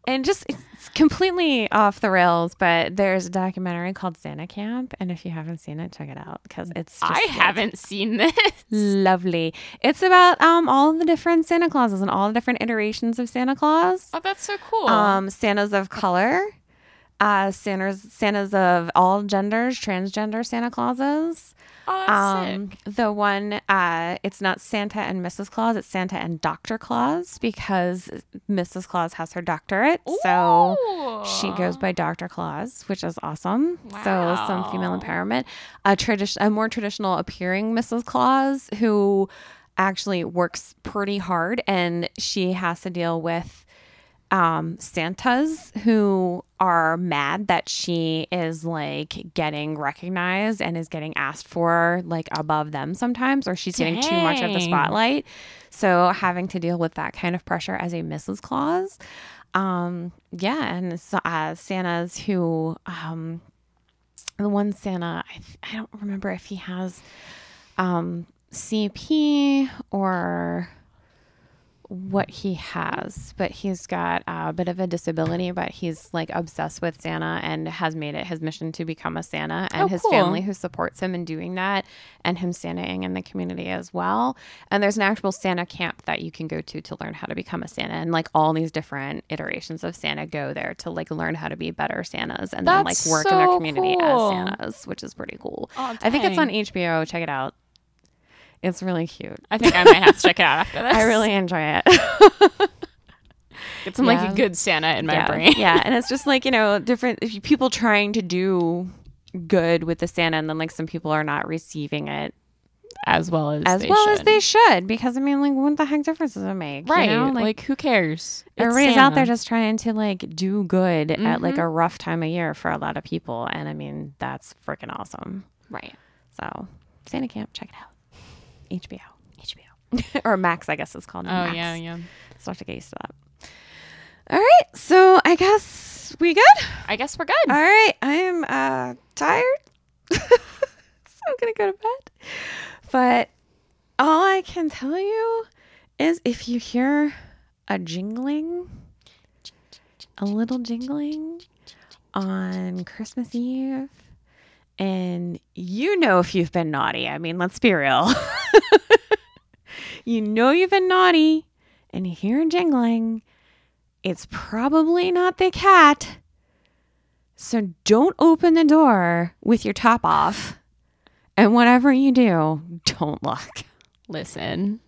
And just it's completely off the rails, but there's a documentary called Santa Camp, and if you haven't seen it, check it out because it's just
I
it's
haven't seen this.
lovely. It's about um all the different Santa Clauses and all the different iterations of Santa Claus.
Oh, that's so cool.
Um, Santas of color. uh, Santa's Santas of all genders, transgender Santa Clauses.
Oh, that's
Um,
sick.
the one, uh, it's not Santa and Mrs. Claus, it's Santa and Dr. Claus because Mrs. Claus has her doctorate. So she goes by Dr. Claus, which is awesome. So some female empowerment, a tradition, a more traditional appearing Mrs. Claus who actually works pretty hard, and she has to deal with um, Santas who are mad that she is like getting recognized and is getting asked for like above them sometimes, or she's getting too much of the
Dang.
spotlight. So having to deal with that kind of pressure as a Mrs. Claus. Um, yeah, and so, uh, Santa's who, um, the one Santa, I, th- I don't remember if he has um, CP or what he has, but he's got a bit of a disability, but he's like obsessed with Santa and has made it his mission to become a Santa and
Oh,
his
cool.
family who supports him in doing that and him Santaing in the community as well. And there's an actual Santa camp that you can go to to learn how to become a Santa and like all these different iterations of Santa go there to like learn how to be better Santas and then like
That's
work in their
so
community as
cool.
Santas, which is pretty cool.
Aw,
I think it's on
dang.
HBO. Check it out. It's really cute.
I think I might have to check it out after this.
I really enjoy it.
get some like
yeah.
a good Santa in my
yeah.
brain.
yeah, and it's just like you know different if you- people trying to do good with the Santa, and then like some people are not receiving it
As well as
as
they
well as
should.
they should. Because I mean, like, what the heck difference does it make? you
right.
know?
Like, who cares? It's
everybody's out there
Santa. Mm-hmm.
just trying to like do good at like a rough time of year for a lot of people, and I mean that's freaking awesome.
right.
So Santa Camp, check it out. HBO, HBO, or Max, I guess it's called.
Oh
now, Max.
yeah, yeah.
So I have to get used to that. All right, so I guess we good.
I guess we're good.
All right, I am uh, tired, so I'm gonna go to bed. But all I can tell you is if you hear a jingling, a little jingling on Christmas Eve, and you know if you've been naughty. I mean, let's be real. you know you've been naughty, and you hear a jingling. It's probably not the cat. So don't open the door with your top off. And whatever you do, don't look.
Listen.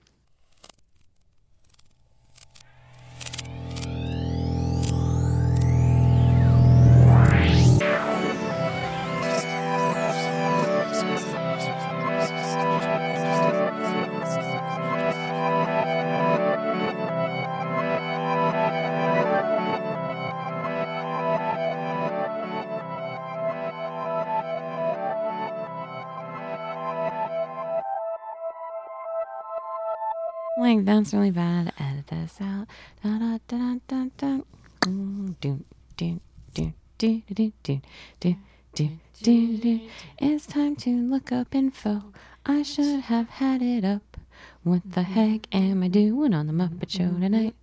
Like, that's really bad. Edit this out. Da da da da da da. Mm, Do do do do do do do do do do. It's time to look up info. I should have had it up. What the heck am I doing on the Muppet Show tonight?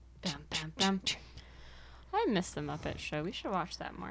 I miss the Muppet Show. We should watch that more.